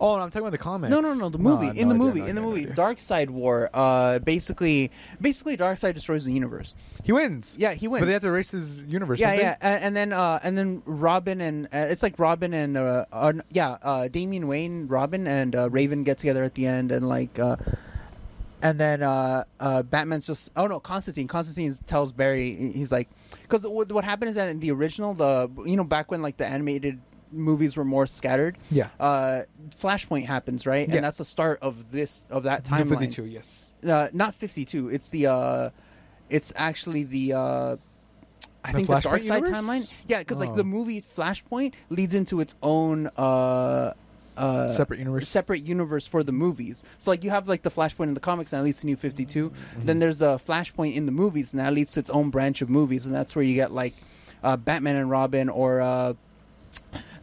Speaker 1: Oh, and I'm talking about the comics.
Speaker 2: No, no, no, the movie.
Speaker 1: No,
Speaker 2: in the
Speaker 1: no, I
Speaker 2: movie,
Speaker 1: did, no,
Speaker 2: in the
Speaker 1: I did,
Speaker 2: movie,
Speaker 1: I did.
Speaker 2: Dark Side War. Uh, basically, basically, Dark Side destroys the universe.
Speaker 1: He wins.
Speaker 2: Yeah, he wins.
Speaker 1: But they have to erase his universe.
Speaker 2: yeah,
Speaker 1: don't they?
Speaker 2: yeah, a- and then uh, and then Robin and uh, it's like Robin and uh, uh, yeah, uh, Damian Wayne, Robin and uh, Raven get together at the end, and like uh, and then uh, uh, Batman's just oh no, Constantine. Constantine tells Barry he- he's like, because what, what happened is that in the original, the you know back when like the animated movies were more scattered,
Speaker 1: Yeah.
Speaker 2: uh, Flashpoint happens right,
Speaker 1: Yeah.
Speaker 2: and that's the start of this of that
Speaker 1: New
Speaker 2: timeline.
Speaker 1: 52, yes.
Speaker 2: Uh, not fifty two. It's the uh, it's actually the. Uh, I
Speaker 1: The
Speaker 2: think
Speaker 1: Flashpoint
Speaker 2: the Dark Side
Speaker 1: universe?
Speaker 2: timeline, yeah, because like
Speaker 1: Oh.
Speaker 2: the movie Flashpoint leads into its own uh, uh,
Speaker 1: Separate universe.
Speaker 2: separate universe for the movies. So like you have like the Flashpoint in the comics and that leads to New 52.
Speaker 1: Mm-hmm.
Speaker 2: Then there's the Flashpoint in the movies and that leads to its own branch of movies and that's where you get like uh, Batman and Robin or uh,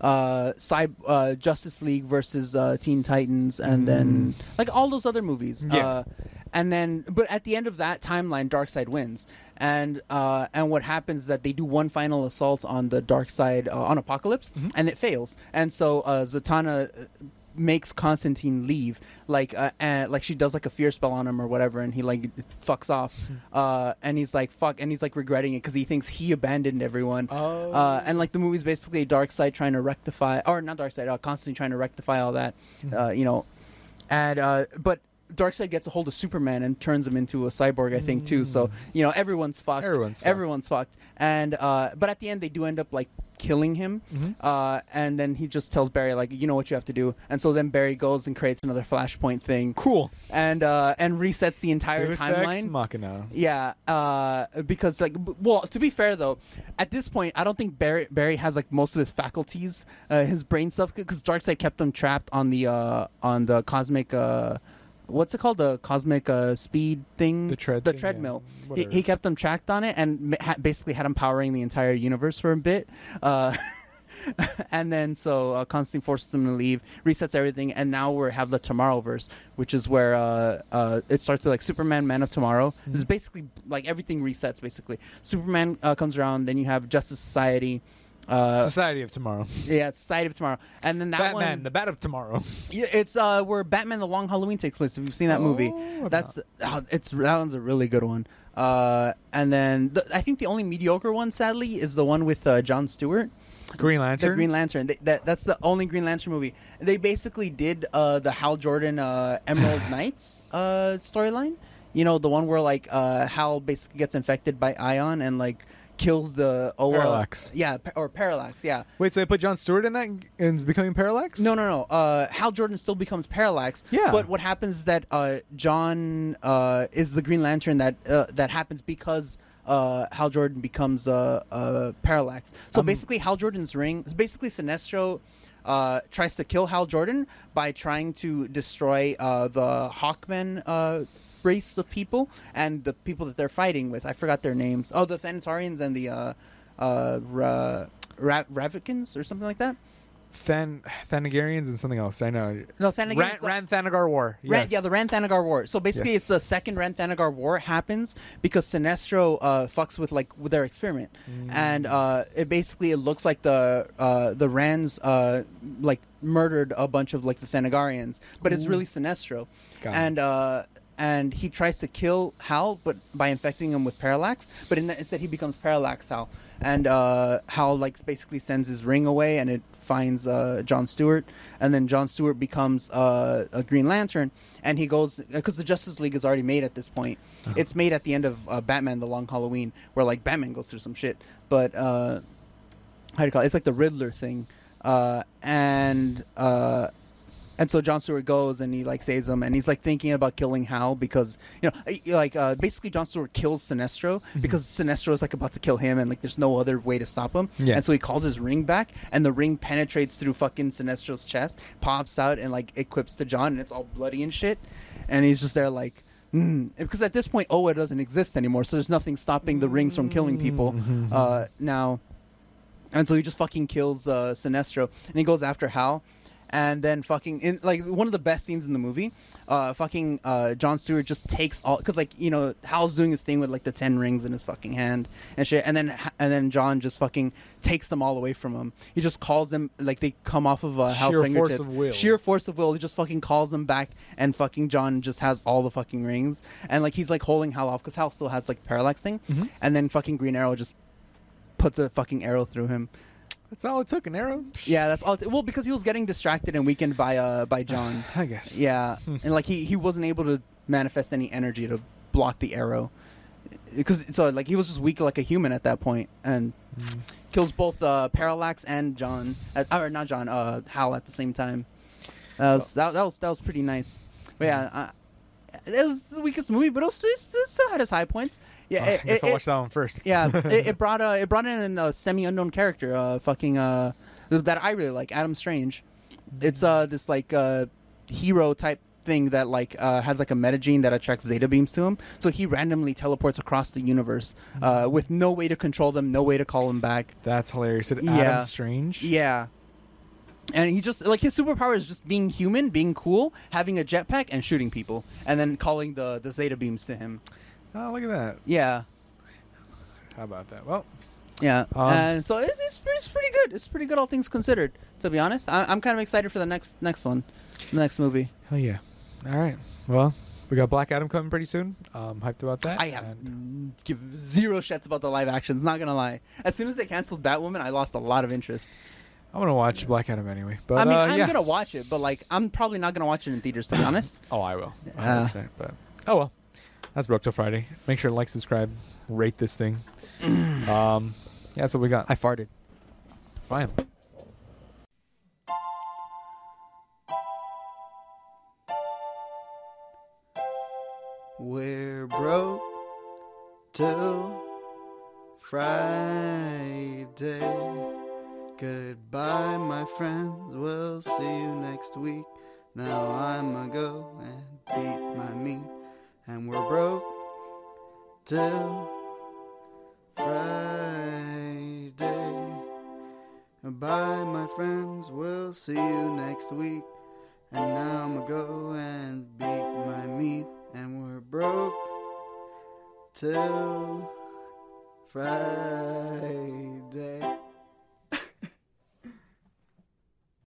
Speaker 2: uh, Cy- uh, Justice League versus uh, Teen Titans and then like all those other movies.
Speaker 1: Mm-hmm. Yeah.
Speaker 2: Uh, and then but at the end of that timeline Darkseid wins. And uh, and what happens is that they do one final assault on the dark side uh, on Apocalypse and it fails. And so uh, Zatanna uh, makes Constantine leave, like uh, and, like she does like a fear spell on him or whatever, and he like fucks off, uh, and he's like fuck, and he's like regretting it because he thinks he abandoned everyone,
Speaker 1: Oh.
Speaker 2: uh, and like the movie's basically Dark Side trying to rectify, or not Dark Side, uh, Constantine trying to rectify all that, uh, you know, and uh, but. Darkseid gets a hold of Superman and turns him into a cyborg, I think, too. So you know everyone's fucked.
Speaker 1: Mm. Everyone's fucked.
Speaker 2: Everyone's fucked. And uh, but at the end, they do end up like killing him.
Speaker 1: Mm-hmm.
Speaker 2: Uh, and then he just tells Barry like, you know what you have to do. And so then Barry goes and creates another Flashpoint thing,
Speaker 1: Cool.
Speaker 2: and uh, and resets the entire
Speaker 1: Deus Ex
Speaker 2: timeline.
Speaker 1: Machina.
Speaker 2: Yeah, uh, because like, b- well, to be fair though, at this point, I don't think Barry Barry has like most of his faculties, uh, his brain stuff, because Darkseid kept him trapped on the uh, on the cosmic. Uh, What's it called? The cosmic uh, speed thing,
Speaker 1: The tread
Speaker 2: Mm. the
Speaker 1: thing, yeah.
Speaker 2: treadmill. He,
Speaker 1: Whatever.
Speaker 2: he kept him tracked on it and ma- ha- basically had him powering the entire universe for a bit. Uh, and then so uh, Constantine forces him to leave, resets everything, and now we have the Tomorrowverse, which is where uh, uh, it starts with like Superman, Man of Tomorrow.
Speaker 1: Mm.
Speaker 2: It's basically like everything resets. Basically, Superman uh, comes around, then you have Justice Society. Uh,
Speaker 1: Society of Tomorrow.
Speaker 2: yeah, Society of Tomorrow, and then that
Speaker 1: Batman,
Speaker 2: one.
Speaker 1: the Bat of Tomorrow.
Speaker 2: Yeah, it's uh, where Batman: The Long Halloween takes place. If you've seen that movie,
Speaker 1: Oh, I've
Speaker 2: that's oh, it's that one's a really good one. Uh, and then the, I think the only mediocre one, sadly, is the one with uh, John Stewart.
Speaker 1: Green Lantern.
Speaker 2: The Green Lantern. They, that that's the only Green Lantern movie. They basically did uh, the Hal Jordan uh, Emerald Knights uh, storyline. You know the one where like uh, Hal basically gets infected by Ion and like kills the Oa.
Speaker 1: Parallax.
Speaker 2: Yeah, pa- or Parallax. Yeah.
Speaker 1: Wait, so they put John Stewart in that and becoming Parallax?
Speaker 2: No, no, no. Uh, Hal Jordan still becomes Parallax.
Speaker 1: Yeah.
Speaker 2: But what happens is that uh, John uh, is the Green Lantern that uh, that happens because uh, Hal Jordan becomes uh, uh, Parallax. So basically, Hal Jordan's ring. Basically, Sinestro. Uh, tries to kill Hal Jordan by trying to destroy uh, the Hawkman uh, race of people and the people that they're fighting with. I forgot their names. Oh, the Thanatarians and the uh, uh, Ra- Ra- Ravikins or something like that.
Speaker 1: Than Thanagarians and something else. I know.
Speaker 2: No, Thanagarians-
Speaker 1: Ran, Ran Thanagar War. Yes.
Speaker 2: Ran, yeah, the Ran Thanagar War. So basically,
Speaker 1: Yes.
Speaker 2: it's the second Ran Thanagar War happens because Sinestro uh, fucks with like with their experiment, and
Speaker 1: Mm.
Speaker 2: uh, it basically it looks like the uh, the Rans uh, like murdered a bunch of like the Thanagarians, but it's really Sinestro,
Speaker 1: Got it.
Speaker 2: and. Uh, and he tries to kill Hal, but by infecting him with Parallax. But in that, instead, he becomes Parallax Hal, and uh, Hal like basically sends his ring away, and it finds uh, John Stewart, and then John Stewart becomes uh, a Green Lantern, and he goes because the Justice League is already made at this point. It's made at the end of uh, Batman: The Long Halloween, where like Batman goes through some shit, but uh, how do you call it? It's like the Riddler thing, uh, and uh, and so John Stewart goes and he like saves him, and he's like thinking about killing Hal because you know, eh, like uh, basically John Stewart kills Sinestro because Sinestro is like about to kill him, and like there's no other way to stop him,
Speaker 1: Yeah.
Speaker 2: and so he calls his ring back, and the ring penetrates through fucking Sinestro's chest, pops out, and like equips to John, and it's all bloody and shit, and he's just there like. Mm. Because at this point, Oa doesn't exist anymore, so there's nothing stopping the rings from killing people. Uh, now, and so he just fucking kills uh, Sinestro, and he goes after Hal, and then fucking in like one of the best scenes in the movie, uh, fucking uh, John Stewart just takes all because like you know Hal's doing his thing with like the ten rings in his fucking hand and shit, and then and then John just fucking takes them all away from him. He just calls them like they come off of uh, Hal's
Speaker 1: Sheer force
Speaker 2: fingertips.
Speaker 1: of will.
Speaker 2: Sheer force of will. He just fucking calls them back, and fucking John just has all the fucking rings, and like he's like holding Hal off because Hal still has like parallax thing,
Speaker 1: Mm-hmm.
Speaker 2: and then fucking Green Arrow just puts a fucking arrow through him.
Speaker 1: That's all it took, an arrow?
Speaker 2: Yeah, that's all. well, because he was getting distracted and weakened by uh by John.
Speaker 1: I guess. Hmm.
Speaker 2: Yeah, and like he he wasn't able to manifest any energy to block the arrow. Because so like he was just weak like a human at that point, and
Speaker 1: Hmm.
Speaker 2: kills both uh, Parallax and John, uh, or not John, uh, Hal at the same time. That
Speaker 1: Oh.
Speaker 2: was, that, that was that was pretty nice. But
Speaker 1: Hmm.
Speaker 2: yeah, uh, it was the weakest movie, but also it, it still had its high points. Yeah,
Speaker 1: Oh, I
Speaker 2: it,
Speaker 1: guess
Speaker 2: it-
Speaker 1: I'll
Speaker 2: it-
Speaker 1: watch that one first.
Speaker 2: yeah, it, it brought uh, it brought in a semi unknown character, uh, fucking uh, that I really like, Adam Strange. It's uh this like uh hero type thing that like uh, has like a metagene that attracts zeta beams to him, so he randomly teleports across the universe uh, with no way to control them, no way to call him back.
Speaker 1: That's hilarious. Did
Speaker 2: Yeah.
Speaker 1: Adam Strange?
Speaker 2: Yeah. And he just like his superpower is just being human, being cool, having a jetpack, and shooting people, and then calling the the zeta beams to him.
Speaker 1: Oh, look at that.
Speaker 2: Yeah.
Speaker 1: How about that? Well,
Speaker 2: Yeah,
Speaker 1: Um,
Speaker 2: and so it, it's, pretty, it's pretty good. It's pretty good, all things considered. To be honest, I, I'm kind of excited for the next next one, the next movie.
Speaker 1: hell yeah. All right. Well, we got Black Adam coming pretty soon. Um, hyped about that.
Speaker 2: I have
Speaker 1: And
Speaker 2: n- give zero shits about the live actions. Not gonna lie. As soon as they canceled Batwoman, I lost a lot of interest.
Speaker 1: I'm gonna watch Black Adam anyway. But
Speaker 2: I mean,
Speaker 1: uh,
Speaker 2: I'm
Speaker 1: yeah.
Speaker 2: gonna watch it, but like, I'm probably not gonna watch it in theaters. To be honest,
Speaker 1: Oh, I will.
Speaker 2: Uh.
Speaker 1: 100%, but oh well, that's broke till Friday. Make sure to like, subscribe, rate this thing. um, yeah, that's what we got.
Speaker 2: I farted.
Speaker 1: Fine.
Speaker 4: We're broke till Friday. Goodbye, my friends. We'll see you next week. Now I'm a go and beat my meat. And we're broke till Friday. Goodbye, my friends. We'll see you next week. And now I'ma go and beat my meat, and we're broke till Friday.